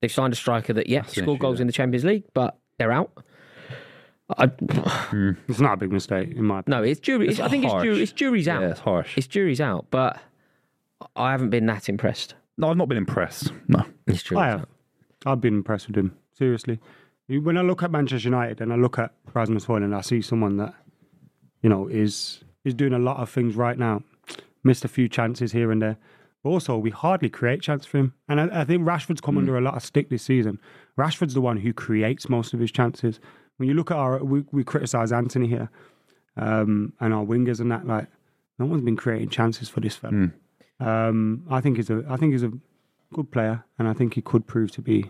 They've signed a striker that yeah an scored issue, goals yeah. in the Champions League, but they're out. I, It's not a big mistake in my opinion. no, it's jury. It's, I think it's harsh. jury. It's jury's out. Yeah, it's harsh. It's jury's out, but I haven't been that impressed. no, I've not been impressed. No, It's jury's I have. out. I've been impressed with him. Seriously. You- When I look at Manchester United and I look at Rasmus Hoyland, I see someone that, you know, is is doing a lot of things right now missed a few chances here and there. But also, we hardly create chance for him. And I, I think Rashford's come under a lot of stick this season. Rashford's the one who creates most of his chances. When you look at our, we, we criticise Anthony here um, and our wingers and that, like, no one's been creating chances for this fella. Um, I think he's a, I think he's a good player, and I think he could prove to be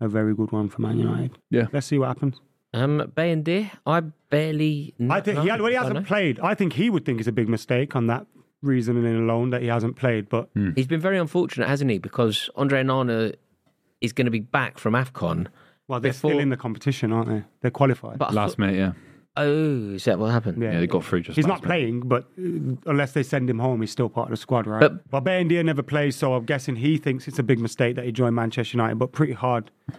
a very good one for Man United. Yeah. Let's see what happens. Um, Bay and Deer, I barely. kn- I think know. he, well, he I hasn't know. played. I think he would think it's a big mistake on that reasoning alone that he hasn't played. But Hmm. He's been very unfortunate, hasn't he? Because Andre Nana is going to be back from AFCON. well, they're still Before- in the competition, aren't they? They're qualified. But I Last thought- minute, yeah. oh, is that what happened? Yeah, they got through just he's last not minute. playing, but uh, unless they send him home, he's still part of the squad, right? But- well, Bendia never plays, so I'm guessing he thinks it's a big mistake that he joined Manchester United. But pretty hard to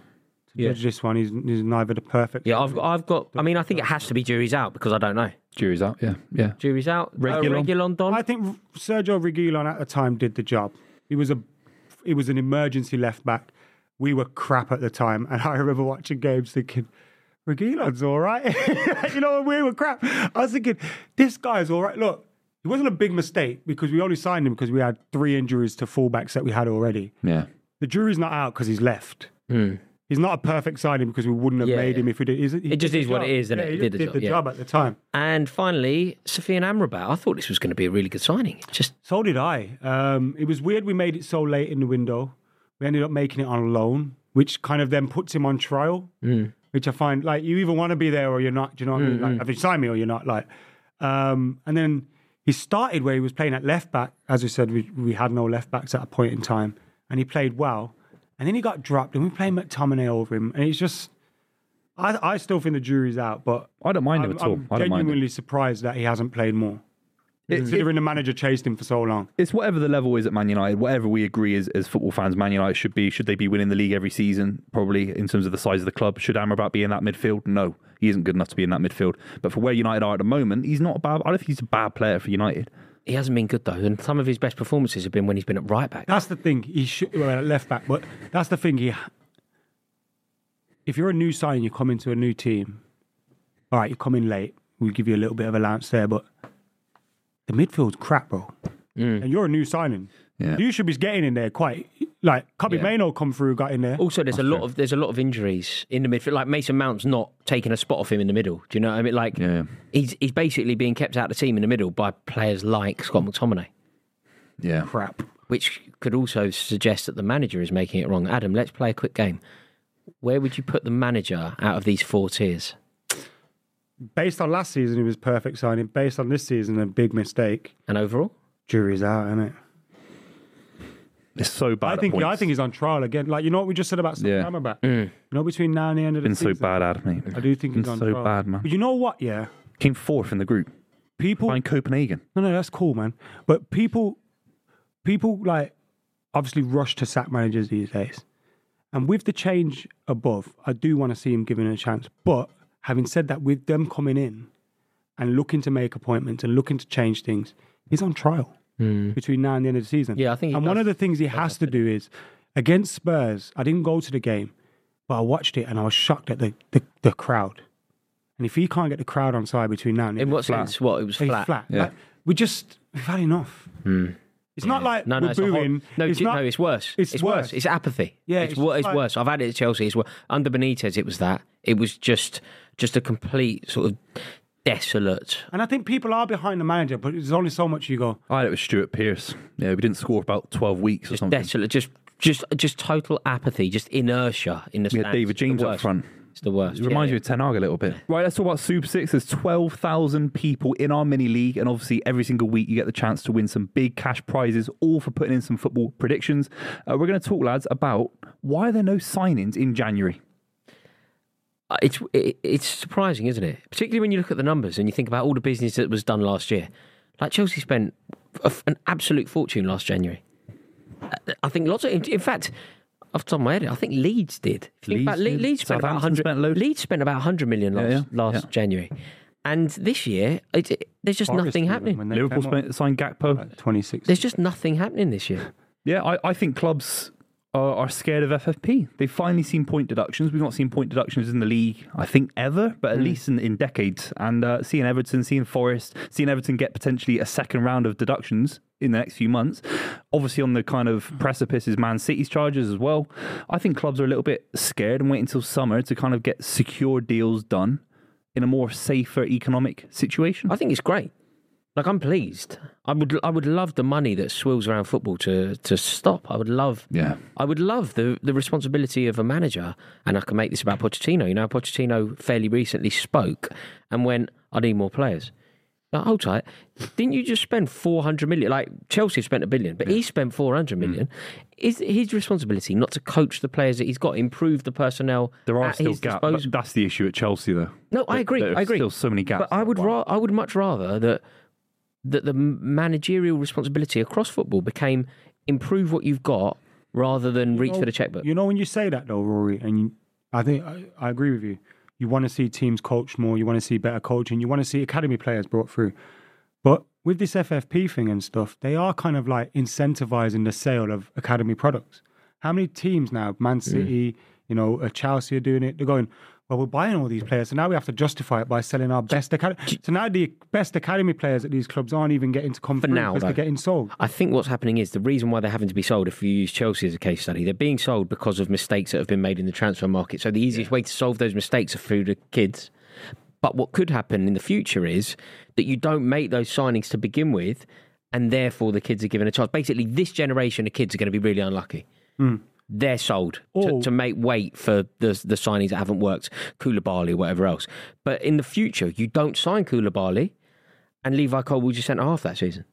Yeah. judge this one. He's, he's neither the perfect. Yeah, I've got, I've got. I mean, I think it has to be juries out because I don't know. Jury's out, yeah. Yeah. Juries out. Reguilon. Uh, Reguilon Don. I think Sergio Reguilon at the time did the job. He was a he was an emergency left back. We were crap at the time, and *laughs* I remember watching games thinking. Reguilon's all right. *laughs* you know, we were crap. I was thinking, this guy's all right. Look, it wasn't a big mistake because we only signed him because we had three injuries to fullbacks that we had already. Yeah. The jury's not out because he's left. He's not a perfect signing because we wouldn't have Hmm. Yeah, made yeah. him if we did. He's- he It just did the is what job. it is, isn't Yeah, it? He did, the, job, yeah. at the time. And finally, Sophia and Amrabat. I thought this was going to be a really good signing. It's Just So did I. Um, it was weird we made it so late in the window. We ended up making it on loan, which kind of then puts him on trial, which I find like you either want to be there or you're not. Do you know what I mean? Like, Mm-hmm. have you signed me or you're not? Like, um, and then he started where he was playing at left back. As we said, we, we had no left backs at a point in time, and he played well. And then he got dropped, and we played McTominay over him, and it's just. I, I still think the jury's out, but I don't mind him I'm, at all. I'm I don't mind him. genuinely surprised that he hasn't played more, It- it- considering the manager chased him for so long. it's whatever the level is at Man United, whatever we agree as, as football fans, Man United should be. Should they be winning the league every season? Probably in terms of the size of the club. Should Amrabat be in that midfield? No, he isn't good enough to be in that midfield. But for where United are at the moment, he's not a bad. I don't think he's a bad player for United. he hasn't been good though, and some of his best performances have been when he's been at right back. That's the thing. He should well at left back, but that's the thing. He, if you're a new sign, you come into a new team. All right, you come in late. We give you a little bit of allowance there, but the midfield's crap, bro. And you're a new signing. Mm. Yeah. You should be getting in there quite like Cubby Yeah. Oh, Mano come through, got in there. Also, there's a lot of there's a lot of injuries in the midfield. Like Mason Mount's not taking a spot off him in the middle. Do you know what I mean? Like Yeah. he's he's basically being kept out of the team in the middle by players like Scott McTominay, Yeah, crap. which could also suggest that the manager is making it wrong. Adam, let's play a quick game. Where would you put the manager out of these four tiers? Based on last season, he was perfect signing. Based on this season, a big mistake. And overall, Jury's out, isn't it? it's so bad. I at think points. I think he's on trial again. Like you know what we just said about Yeah. Mm. Sam Amrabat. You know between now and the end of the been so season. bad at me. I do think he's Been on so trial. bad, man. But you know what? Yeah, Came fourth in the group people. behind Copenhagen. No, no, that's cool, man. But people, people like obviously rush to sack managers these days, and with the change above, I do want to see him given a chance. But having said that, with them coming in and looking to make appointments and looking to change things, he's on trial between now and the end of the season. Hmm. Yeah, I think he And one does- of the things he has to do is against Spurs. I didn't go to the game, but I watched it and I was shocked at the the, the crowd. And if he can't get the crowd on side between now and the in end what sense? What it was Hey, flat. flat. Yeah. Like, we just we've had enough. It's not like Hmm. No, we're no, it's a hor- booing. no, it's d- not, no, it's worse. It's, worse. It's apathy. Yeah, it's, it's wor- just it's like- worse. I've had it at Chelsea as well. Under Benitez, it was that. It was just just a complete sort of desolate. and I think people are behind the manager, but there's only so much you go. I had it was Stuart Pearce. Yeah, we didn't score about twelve weeks or something. Desolate. Just just just total apathy. Just inertia in the. We stands. had David It's the James up worst. front. It's the worst. It reminds yeah, you of Ten Hag a little bit. Right, let's talk about Super Six. There's 12,000 people in our mini league, and obviously every single week you get the chance to win some big cash prizes, all for putting in some football predictions. Uh, we're going to talk, lads, about why are there no signings in January? Uh, It's it, it's surprising, isn't it? Particularly when you look at the numbers and you think about all the business that was done last year. Like Chelsea spent a f an absolute fortune last January. Uh, I- I think lots of. In in fact, off the top of my head, I think Leeds did. If you think about Leeds Le- did. Leeds spent about 100, Southampton spent loads. Leeds spent about 100 million last, Yeah, yeah, last yeah. January. And this year, it, it- there's just Forest nothing even happening. when they Liverpool came up, spent, signed Gakpo. like, 26. There's just nothing happening this year. Yeah, I, I think clubs are, are scared of FFP. They've finally seen point deductions. We've not seen point deductions in the league, I think, ever, but at Hmm. least in, in decades. And uh, seeing Everton, seeing Forest, seeing Everton get potentially a second round of deductions in the next few months. Obviously, on the kind of precipice is Man City's charges as well. I think clubs are a little bit scared and wait until summer to kind of get secure deals done in a more safer economic situation. I think it's great. Like I'm pleased. I would I would love the money that swirls around football to to stop. I would love Yeah. I would love the the responsibility of a manager. And I can make this about Pochettino. You know, Pochettino fairly recently spoke and went, I need more players. Like, hold tight. Didn't you just spend four hundred million? Like Chelsea spent a billion, but he spent four hundred million. Mm. Is his responsibility not to coach the players that he's got, improve the personnel There are at still his gaps. disposal? That's the issue at Chelsea, though. No, I There- agree. there are I agree. Still, so many gaps. But I would, ra- I would much rather that that the managerial responsibility across football became improve what you've got rather than reach for the checkbook. You know, when you say that though, Rory, and you, I think I, I agree with you. You want to see teams coach more. You want to see better coaching. You want to see academy players brought through. But with this FFP thing and stuff, they are kind of like incentivizing the sale of academy products. How many teams now, Man City, you know, uh, Chelsea are doing it? They're going, well, we're buying all these players, so now we have to justify it by selling our best academy. So now the best academy players at these clubs aren't even getting to come through now, because they're though. getting sold. I think what's happening is the reason why they're having to be sold, if you use Chelsea as a case study, they're being sold because of mistakes that have been made in the transfer market. So the easiest way to solve those mistakes are through the kids. But what could happen in the future is that you don't make those signings to begin with, and therefore the kids are given a chance. Basically, this generation of kids are going to be really unlucky. They're sold to, Or- to make weight for the the signings that haven't worked, Koulibaly or whatever else. But in the future, you don't sign Koulibaly, and Levi Cole will just centre half that season.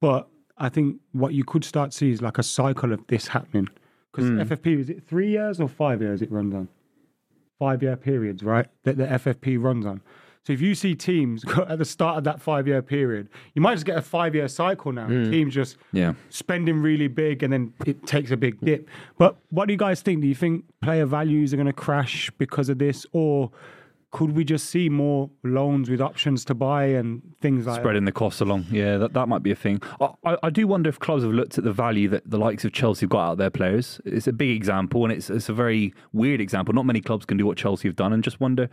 But I think what you could start to see is like a cycle of this happening. Because FFP, is it three years or five years it runs on? Five year periods, right? That the FFP runs on. So if you see teams *laughs* go at the start of that five year period, you might just get a five year cycle now. Teams just Yeah. spending really big and then it takes a big dip. But what do you guys think? Do you think player values are going to crash because of this? Or could we just see more loans with options to buy and things like that? spreading the cost along. Yeah, that, that might be a thing. I, I, I do wonder if clubs have looked at the value that the likes of Chelsea have got out of their players. It's a big example, and it's it's a very weird example. Not many clubs can do what Chelsea have done, and just wonder: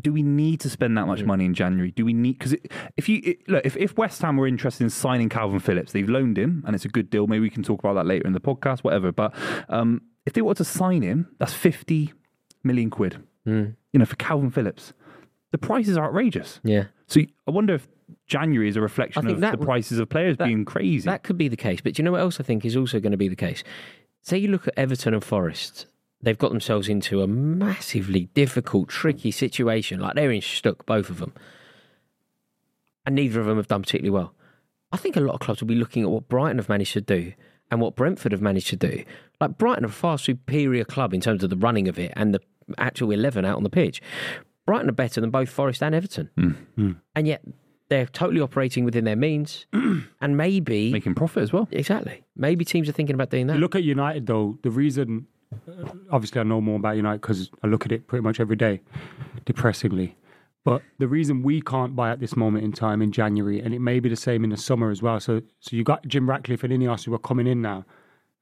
do we need to spend that much money in January? Do we need? Because if you it, look, if, if West Ham were interested in signing Calvin Phillips, they've loaned him, and it's a good deal. Maybe we can talk about that later in the podcast, whatever. But um, if they were to sign him, that's fifty million quid. You know, for Calvin Phillips. The price is outrageous. Yeah. So you- I wonder if January is a I reflection think of that the would- prices of players that- being crazy. That could be the case. But do you know what else I think is also going to be the case? Say you look at Everton and Forest. They've got themselves into a massively difficult, tricky situation. Like they're in stuck, both of them. And neither of them have done particularly well. I think a lot of clubs will be looking at what Brighton have managed to do and what Brentford have managed to do. Like Brighton are a far superior club in terms of the running of it and the actual 11 out on the pitch. Brighton are better than both Forest and Everton. And yet they're totally operating within their means. and maybe Making profit as well. Exactly. Maybe teams are thinking about doing that. You look at United though. The reason, uh, obviously, I know more about United because I look at it pretty much every day, depressingly. But the reason we can't buy at this moment in time in January, and it may be the same in the summer as well. So, so you got Jim Ratcliffe and Ineos who are coming in now,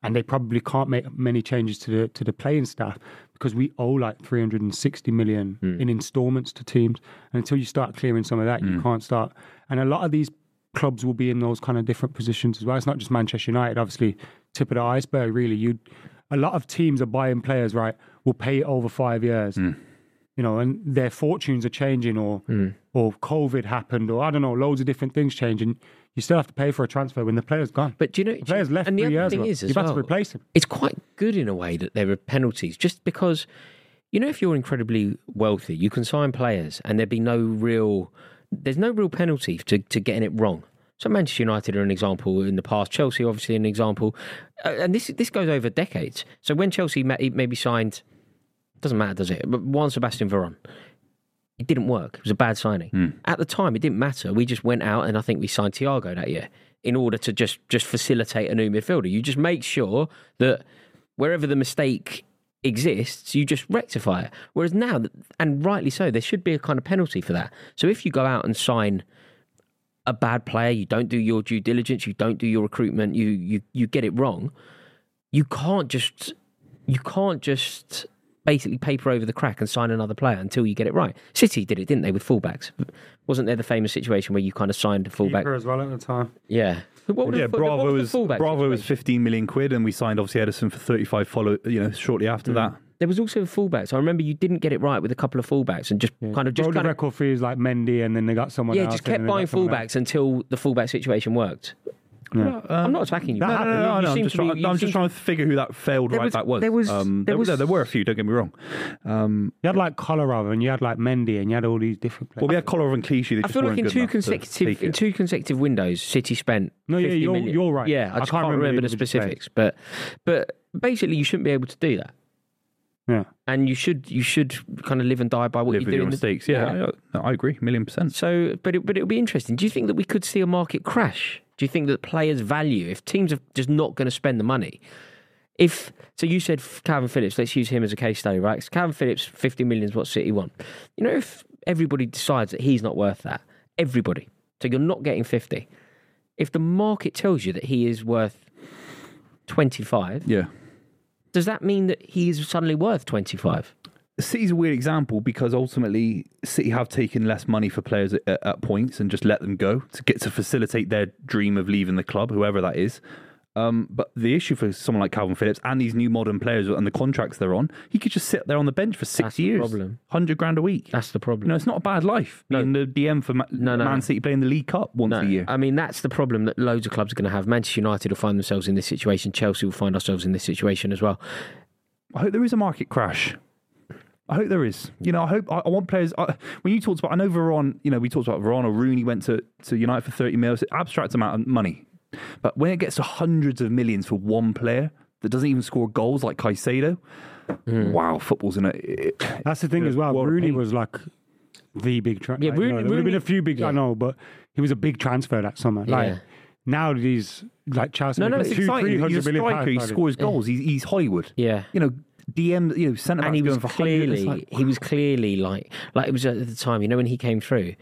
and they probably can't make many changes to the to the playing staff because we owe like 360 million in installments to teams. And until you start clearing some of that, you can't start. And a lot of these clubs will be in those kind of different positions as well. It's not just Manchester United, obviously, tip of the iceberg, really. You, a lot of teams are buying players, right? Will pay it over five years, you know, and their fortunes are changing, or Hmm. or COVID happened, or I don't know, loads of different things changing. You still have to pay for a transfer when the player's gone. But do you know, the player's left and the three other years thing ago. is, as You've had to well, replace him. It's quite good in a way that there are penalties, just because you know if you're incredibly wealthy, you can sign players, and there'd be no real, there's no real penalty to to getting it wrong. So Manchester United are an example in the past. Chelsea, obviously, an example, Uh, and this this goes over decades. So when Chelsea ma- maybe signed, doesn't matter, does it? But Juan Sebastian Veron, it didn't work. It was a bad signing. At the time, it didn't matter. We just went out and I think we signed Thiago that year in order to just just facilitate a new midfielder. You just make sure that wherever the mistake exists, you just rectify it. Whereas now, and rightly so, there should be a kind of penalty for that. So if you go out and sign a bad player, you don't do your due diligence, you don't do your recruitment, you you you get it wrong, you can't just you can't just basically paper over the crack and sign another player until you get it right. City did it, didn't they, with fullbacks? Wasn't there the famous situation where you kind of signed a fullback? Keeper as well at the time. Yeah. What would yeah, a fu- what Bravo would a was fullback Bravo was situation- 15 million quid, and we signed obviously Edison for 35. Follow, you know, shortly after that. There was also fullbacks. I remember you didn't get it right with a couple of fullbacks and just kind of just Just the kind of record fees like Mendy, and then they got someone yeah, else. just and kept then they buying got someone else. fullbacks until the fullback situation worked. I'm not attacking you. No, but Ah, no, no, you- no, you no, I'm seem just, to be- trying, you I'm seem just to- trying to figure who that failed There right was- back was. Um, there was- there was- there, no, there were a few. Don't get me wrong. Um, You had like Colorado, and you had like Mendy, and you had all these different players. well, we had Collar and Clichy. They I just feel like weren't in good two enough to consecutive take in it. two consecutive windows, City spent. No, yeah, 50 you're- million. you're right. Yeah, I, just can't, remember, the individual specifics, but but basically, you shouldn't be able to do that, yeah. and you should you should kind of live and die by what Live you with do. your in the- mistakes. Yeah, yeah. No, I agree, million percent. So, but it, but it'll be interesting. Do you think that we could see a market crash? Do you think that players' value, if teams are just not going to spend the money, if so, you said f- Calvin Phillips. Let's use him as a case study, right? 'Cause Calvin Phillips, fifty million is what City want. You know, if everybody decides that he's not worth that, everybody. So you're not getting fifty. If the market tells you that he is worth twenty-five, Yeah. does that mean that he is suddenly worth twenty-five? City's a weird example because ultimately City have taken less money for players at, at points and just let them go to get to facilitate their dream of leaving the club, whoever that is. Um, but the issue for someone like Calvin Phillips and these new modern players and the contracts they're on, he could just sit there on the bench for six That's the years, problem. hundred grand a week. That's the problem. No, it's not a bad life. No. Being the DM for Ma- No, no, Man no. City playing the League Cup once a year. I mean, that's the problem that loads of clubs are going to have. Manchester United will find themselves in this situation. Chelsea will find ourselves in this situation as well. I hope there is a market crash. I hope there is. You know, I hope I, I want players. I, when you talked about, I know Veron. You know, we talked about Veron or Rooney went to to United for thirty mil. It's an abstract amount of money, but when it gets to hundreds of millions for one player that doesn't even score goals like Caicedo, Hmm. wow, football's in a. It, That's the thing as well. World of Rooney pain. was like the big transfer. Yeah, Yeah, Rooney, Rooney- there have been Rooney- a few big. yeah. I know, but he was a big transfer that summer. Like Yeah. now, these like Chelsea. No, no, make it's two, exciting. He's a 300 million striker. He pounds, scores goals. He's, he's Hollywood. Yeah. You know, DM. You know, centre and he was going for 100. It's clearly, like, he was clearly like, like it was at the time. You know, when he came through,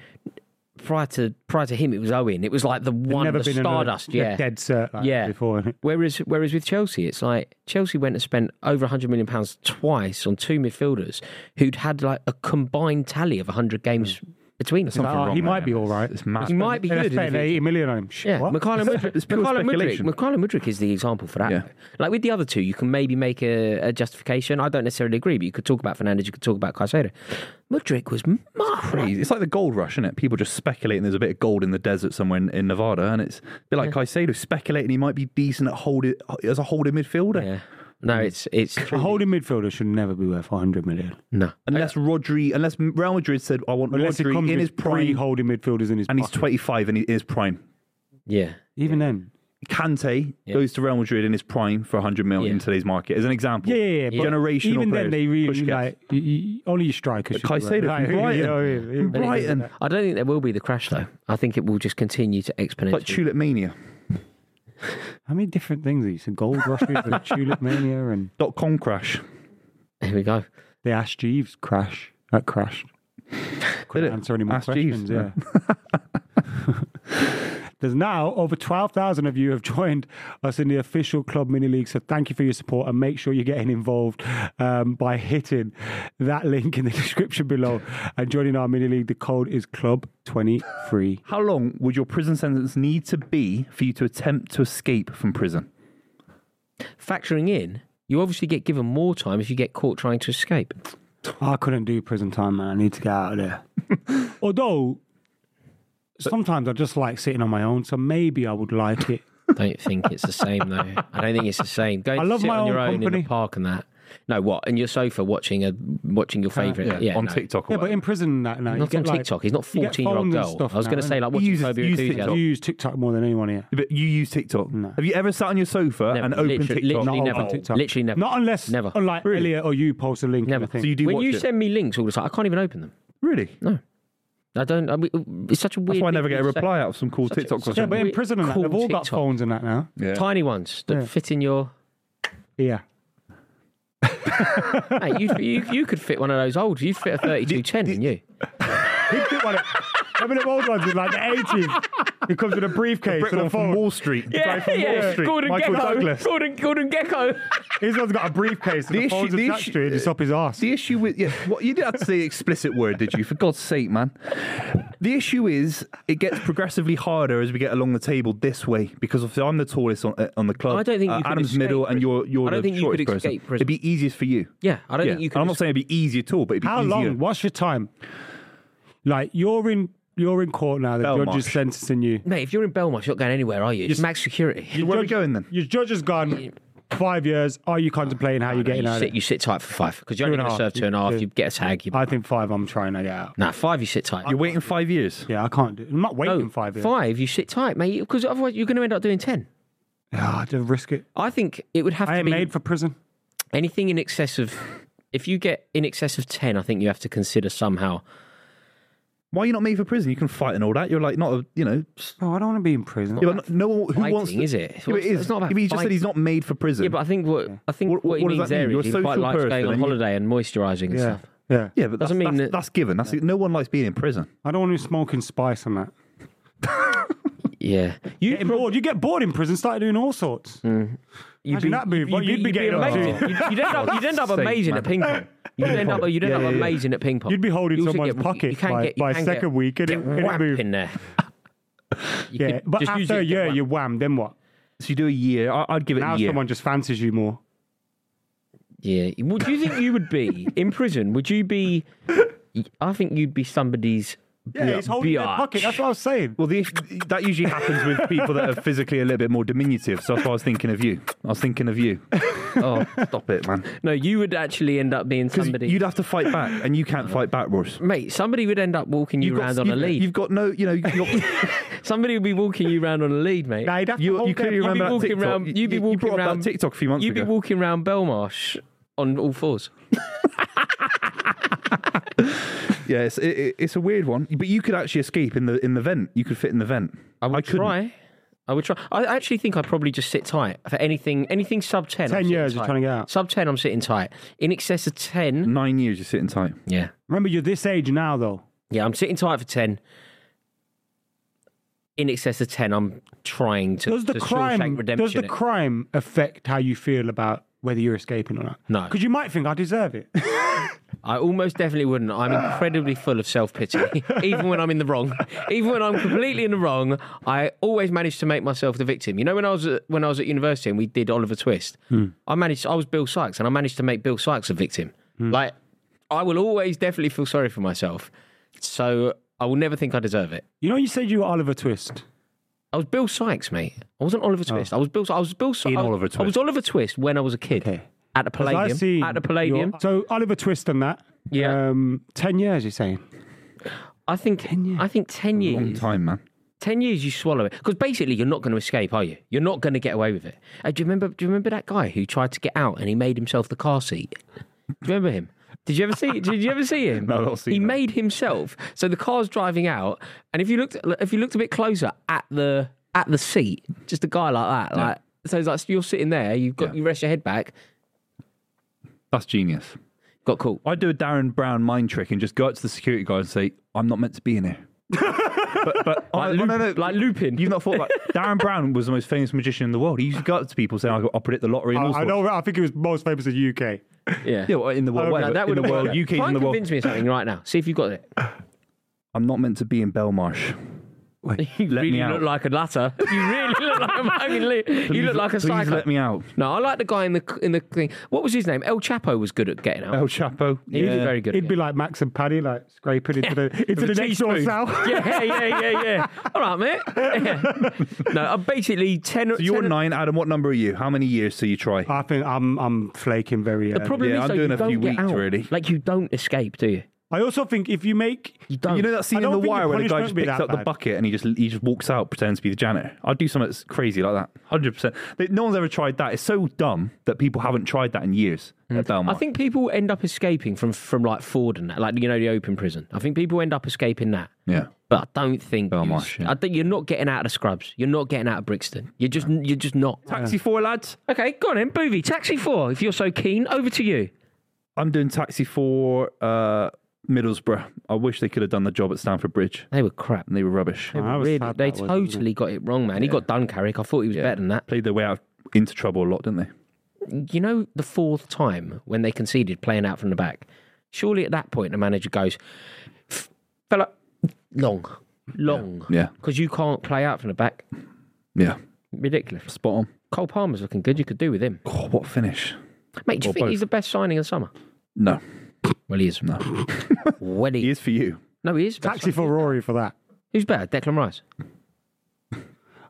prior to prior to him, it was Owen. It was like the There'd one, the another stardust. de- Yeah, dead cert like yeah. before. innit? Whereas, whereas with Chelsea, it's like Chelsea went and spent over 100 million pounds twice on two midfielders who'd had like a combined tally of 100 games between them. oh, something Ah, wrong he there, might be man. all right. It's mad. He might be And I good. in the spent future. 80 million on him. Shit, Yeah, what? *laughs* Mikhailo Mudrik. It's pure Mikhailo Mudrik. speculation. Mikhailo Mudrik is the example for that. Yeah. Like with the other two, you can maybe make a, a justification. I don't necessarily agree, but you could talk about Fernandez, you could talk about Caicedo. Mudrik was crazy. crazy. It's like the gold rush, isn't it? People just speculating there's a bit of gold in the desert somewhere in, in Nevada, and it's a bit like Caicedo speculating he might be decent at holding as a holding midfielder, Yeah. No, it's it's A holding midfielder should never be worth 100 million. no. unless Rodri, unless Real Madrid said I want Unless he Rodri comes in with Oh, his three prime, holding midfielders in his and he's pocket. 25 and he, in his prime. Yeah. Even then. Kante Yeah. goes to Real Madrid in his prime for 100 mil Yeah. in today's market as an example. Yeah, yeah, yeah. but Generational Even players. then, they really, Busquets. like, y- y- only your strikers. should be worth- Caicedo from like, *laughs* Brighton. you know what I mean? From Brighton, I don't think there will be the crash though. I think it will just continue to exponentially. like Tulip Mania. How many different things are you? So gold rushes *laughs* and tulip mania and Dot com crash. Here we go. the Ash Jeeves crash. That crashed. Couldn't Answer any more questions? Yeah. *laughs* There's now over 12,000 of you have joined us in the official club mini league. So thank you for your support and make sure you're getting involved um, by hitting that link in the *laughs* description below and joining our mini league. The code is club23. How long would your prison sentence need to be for you to attempt to escape from prison? Factoring in, you obviously get given more time if you get caught trying to escape. I couldn't do prison time, man. I need to get out of there. *laughs* Although sometimes I just like sitting on my own, so maybe I would like it. don't think it's the same though. I don't think it's the same. Going I to love sit my on your own own in company. the park and that. No, what? And your sofa watching a watching your favourite. yeah, on no. TikTok. Or Yeah, but in prison that now. you Not get, on like- TikTok. He's not you get 14 year old phones and girl. stuff I was now, going to say, innit? like, watching uses- Phobia uses You Enthusiasm. use TikTok more than anyone here. But you use TikTok. No. Have you ever sat on your sofa Never. and opened Literally- TikTok? literally Not never. on TikTok. Literally never. Not unless, Never. unlike Elliot or you post a link. and Never. a thing. So you do when watch you it. send me links all the time, I can't even open them. really? No, I don't. I mean, it's such a weird. That's why I thing never for get a you to say. reply out of some cool Such a- TikTok such yeah, question. but in Weird, prison and that, cool they've all got TikTok. phones and that now. Yeah. Tiny ones that Yeah. fit in your. Yeah. Hey, you, you you could fit one of those old. You'd fit a thirty-two ten, didn't you? *laughs* He'd fit one of- Remember them old ones in like the 80s? He comes with a briefcase Brick and one a from phone. Wall Street. guy from Wall Street, Gordon Michael Gecko. Douglas. Gordon, Gordon Gecko. His one's got a briefcase and the, phone's attached to it. and It's up his ass. The issue with yeah, what you did have to say the explicit word, did you? For God's sake, man. The issue is it gets progressively harder as we get along the table this way because if I'm the tallest on, uh, on the club, I don't think uh, you could Adam's escape middle, and prison. you're you're I don't the think you shortest could escape person. prison. It'd be easiest for you. *laughs* Yeah, I don't think you could And I'm not saying it'd be easy at all, but it'd be How easier. long? What's your time? Like you're in you're in court now. The Belmarsh. judge is sentencing you. Mate, if you're in Belmarsh, you're not going anywhere, are you? It's max security. You, Where are we Judge- going then? Your judge has gone five years. Are you contemplating how you're getting out? sit, of it? you sit tight for five because you're only and a going to half. serve two and a half. Yeah. You get a tag. You, I think five. I'm trying to get out. nah, five, you sit tight. You're waiting five years. Yeah, I can't do. I'm not waiting No, five years. Five, you sit tight, mate, because otherwise you're going to end up doing ten. Ah, to risk it. I think it would have I to ain't be made for prison. anything in excess of. If you get in excess of ten, I think you have to consider somehow. Why are you not made for prison? You can fight and all that. You're like not a you know. No, I don't want to be in prison. You're like, no one who wants. Fighting, to- is it? It's Yeah, not- it is. it's not about Yeah, but you just said fighting. he's not made for prison. Yeah, but I think what I think What- what, he what does means that mean? there You're is a he quite social likes going person, on you- holiday and moisturising and Yeah, stuff. yeah. yeah, doesn't but that's, mean that's, that- that's given. That's no one likes being in prison. I don't want to be smoking spice and that. Yeah, you Getting bored. You get bored in prison. Start doing all sorts. you'd Imagine that move, what you'd be getting up to. amazing. *laughs* You'd, you'd end up, you'd end up God's sake, amazing at man. ping pong. You'd end up, you'd end up amazing at ping pong. You'd be holding You also someone's get- pocket you can by- get, you by can second get, week, and get it- and it whap move. in *laughs* there. You Yeah, could but just use after it to a year, whap. you're wham. Then what? So you do a year. I, I'd give it Now a year. someone just fancies you more. Yeah. Well, do you think you would *laughs* be in prison? Would you be? I think you'd be somebody's. Yeah, he's holding their pocket. That's what I was saying. Well, the, issue- that usually happens with people that are physically a little bit more diminutive. So that's why I was thinking of you. I was thinking of you. Oh *laughs* Stop it, man. no, you would actually end up being Because somebody. you'd have to fight back, and you can't fight back, Ross. Mate, somebody would end up walking you You've got- round on a you've- lead. You've got no, you know, you've *laughs* got, Somebody would be walking you round on a lead, mate. Nah, he'd have to you, hold you their clearly pocket. be remember that walking TikTok. round- You- you'd be you walking brought up round- that TikTok a few months You'd be ago. walking round Belmarsh on all fours. yeah, it's, it, it- it's a weird one, but you could actually escape in the in the vent. You could fit in the vent. I would couldn't. try. I would try. I actually think I'd probably just sit tight for anything. Anything sub ten. I'm 10 sitting years, you're tight. trying to get out. Sub ten, I'm sitting tight. In excess of ten. Nine years, you're sitting tight. Yeah, Remember, you're this age now, though. yeah, I'm sitting tight for ten. In excess of ten, I'm trying to. Does the to Shawshank crime Redemption does the it. crime affect how you feel about whether you're escaping or not? No. because you might think I deserve it. I almost definitely wouldn't. I'm incredibly full of self pity, *laughs* even when I'm in the wrong. Even when I'm completely in the wrong, I always manage to make myself the victim. You know, when I was at, when I was at university and we did Oliver Twist, I managed. I was Bill Sykes, and I managed to make Bill Sykes a victim. Like, I will always definitely feel sorry for myself. So I will never think I deserve it. you know, you said you were Oliver Twist. I was Bill Sykes, mate. I wasn't Oliver Twist. I was Bill. I was Bill. Sy- In I was, Oliver I was Twist. Oliver Twist when I was a kid Okay. at the 'Cause I Palladium. seen at the Palladium, your- so Oliver Twist and that. Yeah. um, ten years. You're saying I think. I think ten years. Long time, man. 10 years you swallow it because basically you're not going to escape are you you're not going to get away with it Uh, do you remember do you remember that guy who tried to get out and he made himself the car seat do you remember him did you ever see did you ever see him *laughs* No, I've not seen he that. made himself so the car's driving out and if you looked if you looked a bit closer at the at the seat just a guy like that like so it's like you're sitting there you've got Yeah. you rest your head back That's genius. got caught I'd do a Darren Brown mind trick and just go up to the security guard and say, "I'm not meant to be in here." *laughs* but but I, Lup- no, no, like Lupin. You've not thought about Darren Brown was the most famous magician in the world. He used to go up to people saying, "I'll I'll predict the lottery." And all I, I sorts. know. I think it was most famous in UK. yeah, Yeah, well, in the world, Oh, no, whatever. that in would the world, work. UK, Try in and the world. convince me of something right now see if you've got it I'm not meant to be in Belmarsh. you Let really me out. look like a nutter *laughs* you really look like a fucking li- you Please- look like a please psycho let me out. No, I like the guy in the in the thing. What was his name? El Chapo was good at getting out. El Chapo. He was very good. at It'd be like Max and Paddy, like scraping *laughs* into the into it. the next door Teaspoon. cell. *laughs* Yeah, yeah, yeah, yeah. All right, mate. Yeah. No, I'm basically ten. So you're ten, nine, Adam. What number are you? How many years till you try? I think I'm I'm flaking very. The early. problem Yeah, is, I'm though, doing you a few don't get weeks, out. really. Like you don't escape, do you? I also think if you make You don't. you know that scene in don't The think Wire the where the guy punishment just would be picks that up the bad. bucket and he just he just walks out pretending to be the janitor. I'd do something that's crazy like that. Hundred percent. No one's ever tried that. It's so dumb that people haven't tried that in years. At Belmar. I think people end up escaping from from like Ford and that, like you know the open prison. I think people end up escaping that. Yeah. But I don't think you- Belmarsh, yeah. I think you're not getting out of the scrubs. You're not getting out of Brixton. You're just you're just not. Taxi four lads. Okay, go on then, Boovy. Taxi four. If you're so keen, over to you. I'm doing taxi four. Uh, Middlesbrough. I wish they could have done the job at Stamford Bridge. They were crap. And they were rubbish. They, I were was really, sad they that wasn't totally got it wrong, man. He got Dunkirk. I thought he was better than that. Played their way out into trouble a lot, didn't they? you know the fourth time when they conceded playing out from the back surely at that point the manager goes "F- fella long long Yeah. because you can't play out from the back Yeah. ridiculous Spot on. Cole Palmer's looking good you could do with him Oh, what a finish. mate do you think he's the best signing of the summer No. well he is no *laughs* well he, He is for you. no he is Taxi for Rory for that. who's better Declan Rice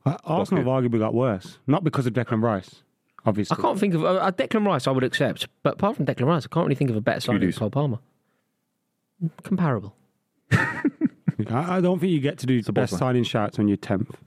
Uh, Arsenal have arguably got worse, not because of Declan Rice, I obviously. *laughs* can't think of uh, uh, Declan Rice I would accept but apart from Declan Rice I can't really think of a better signing than Kudos. Cole Palmer comparable I, I don't think you get to do best signing shouts on your tenth.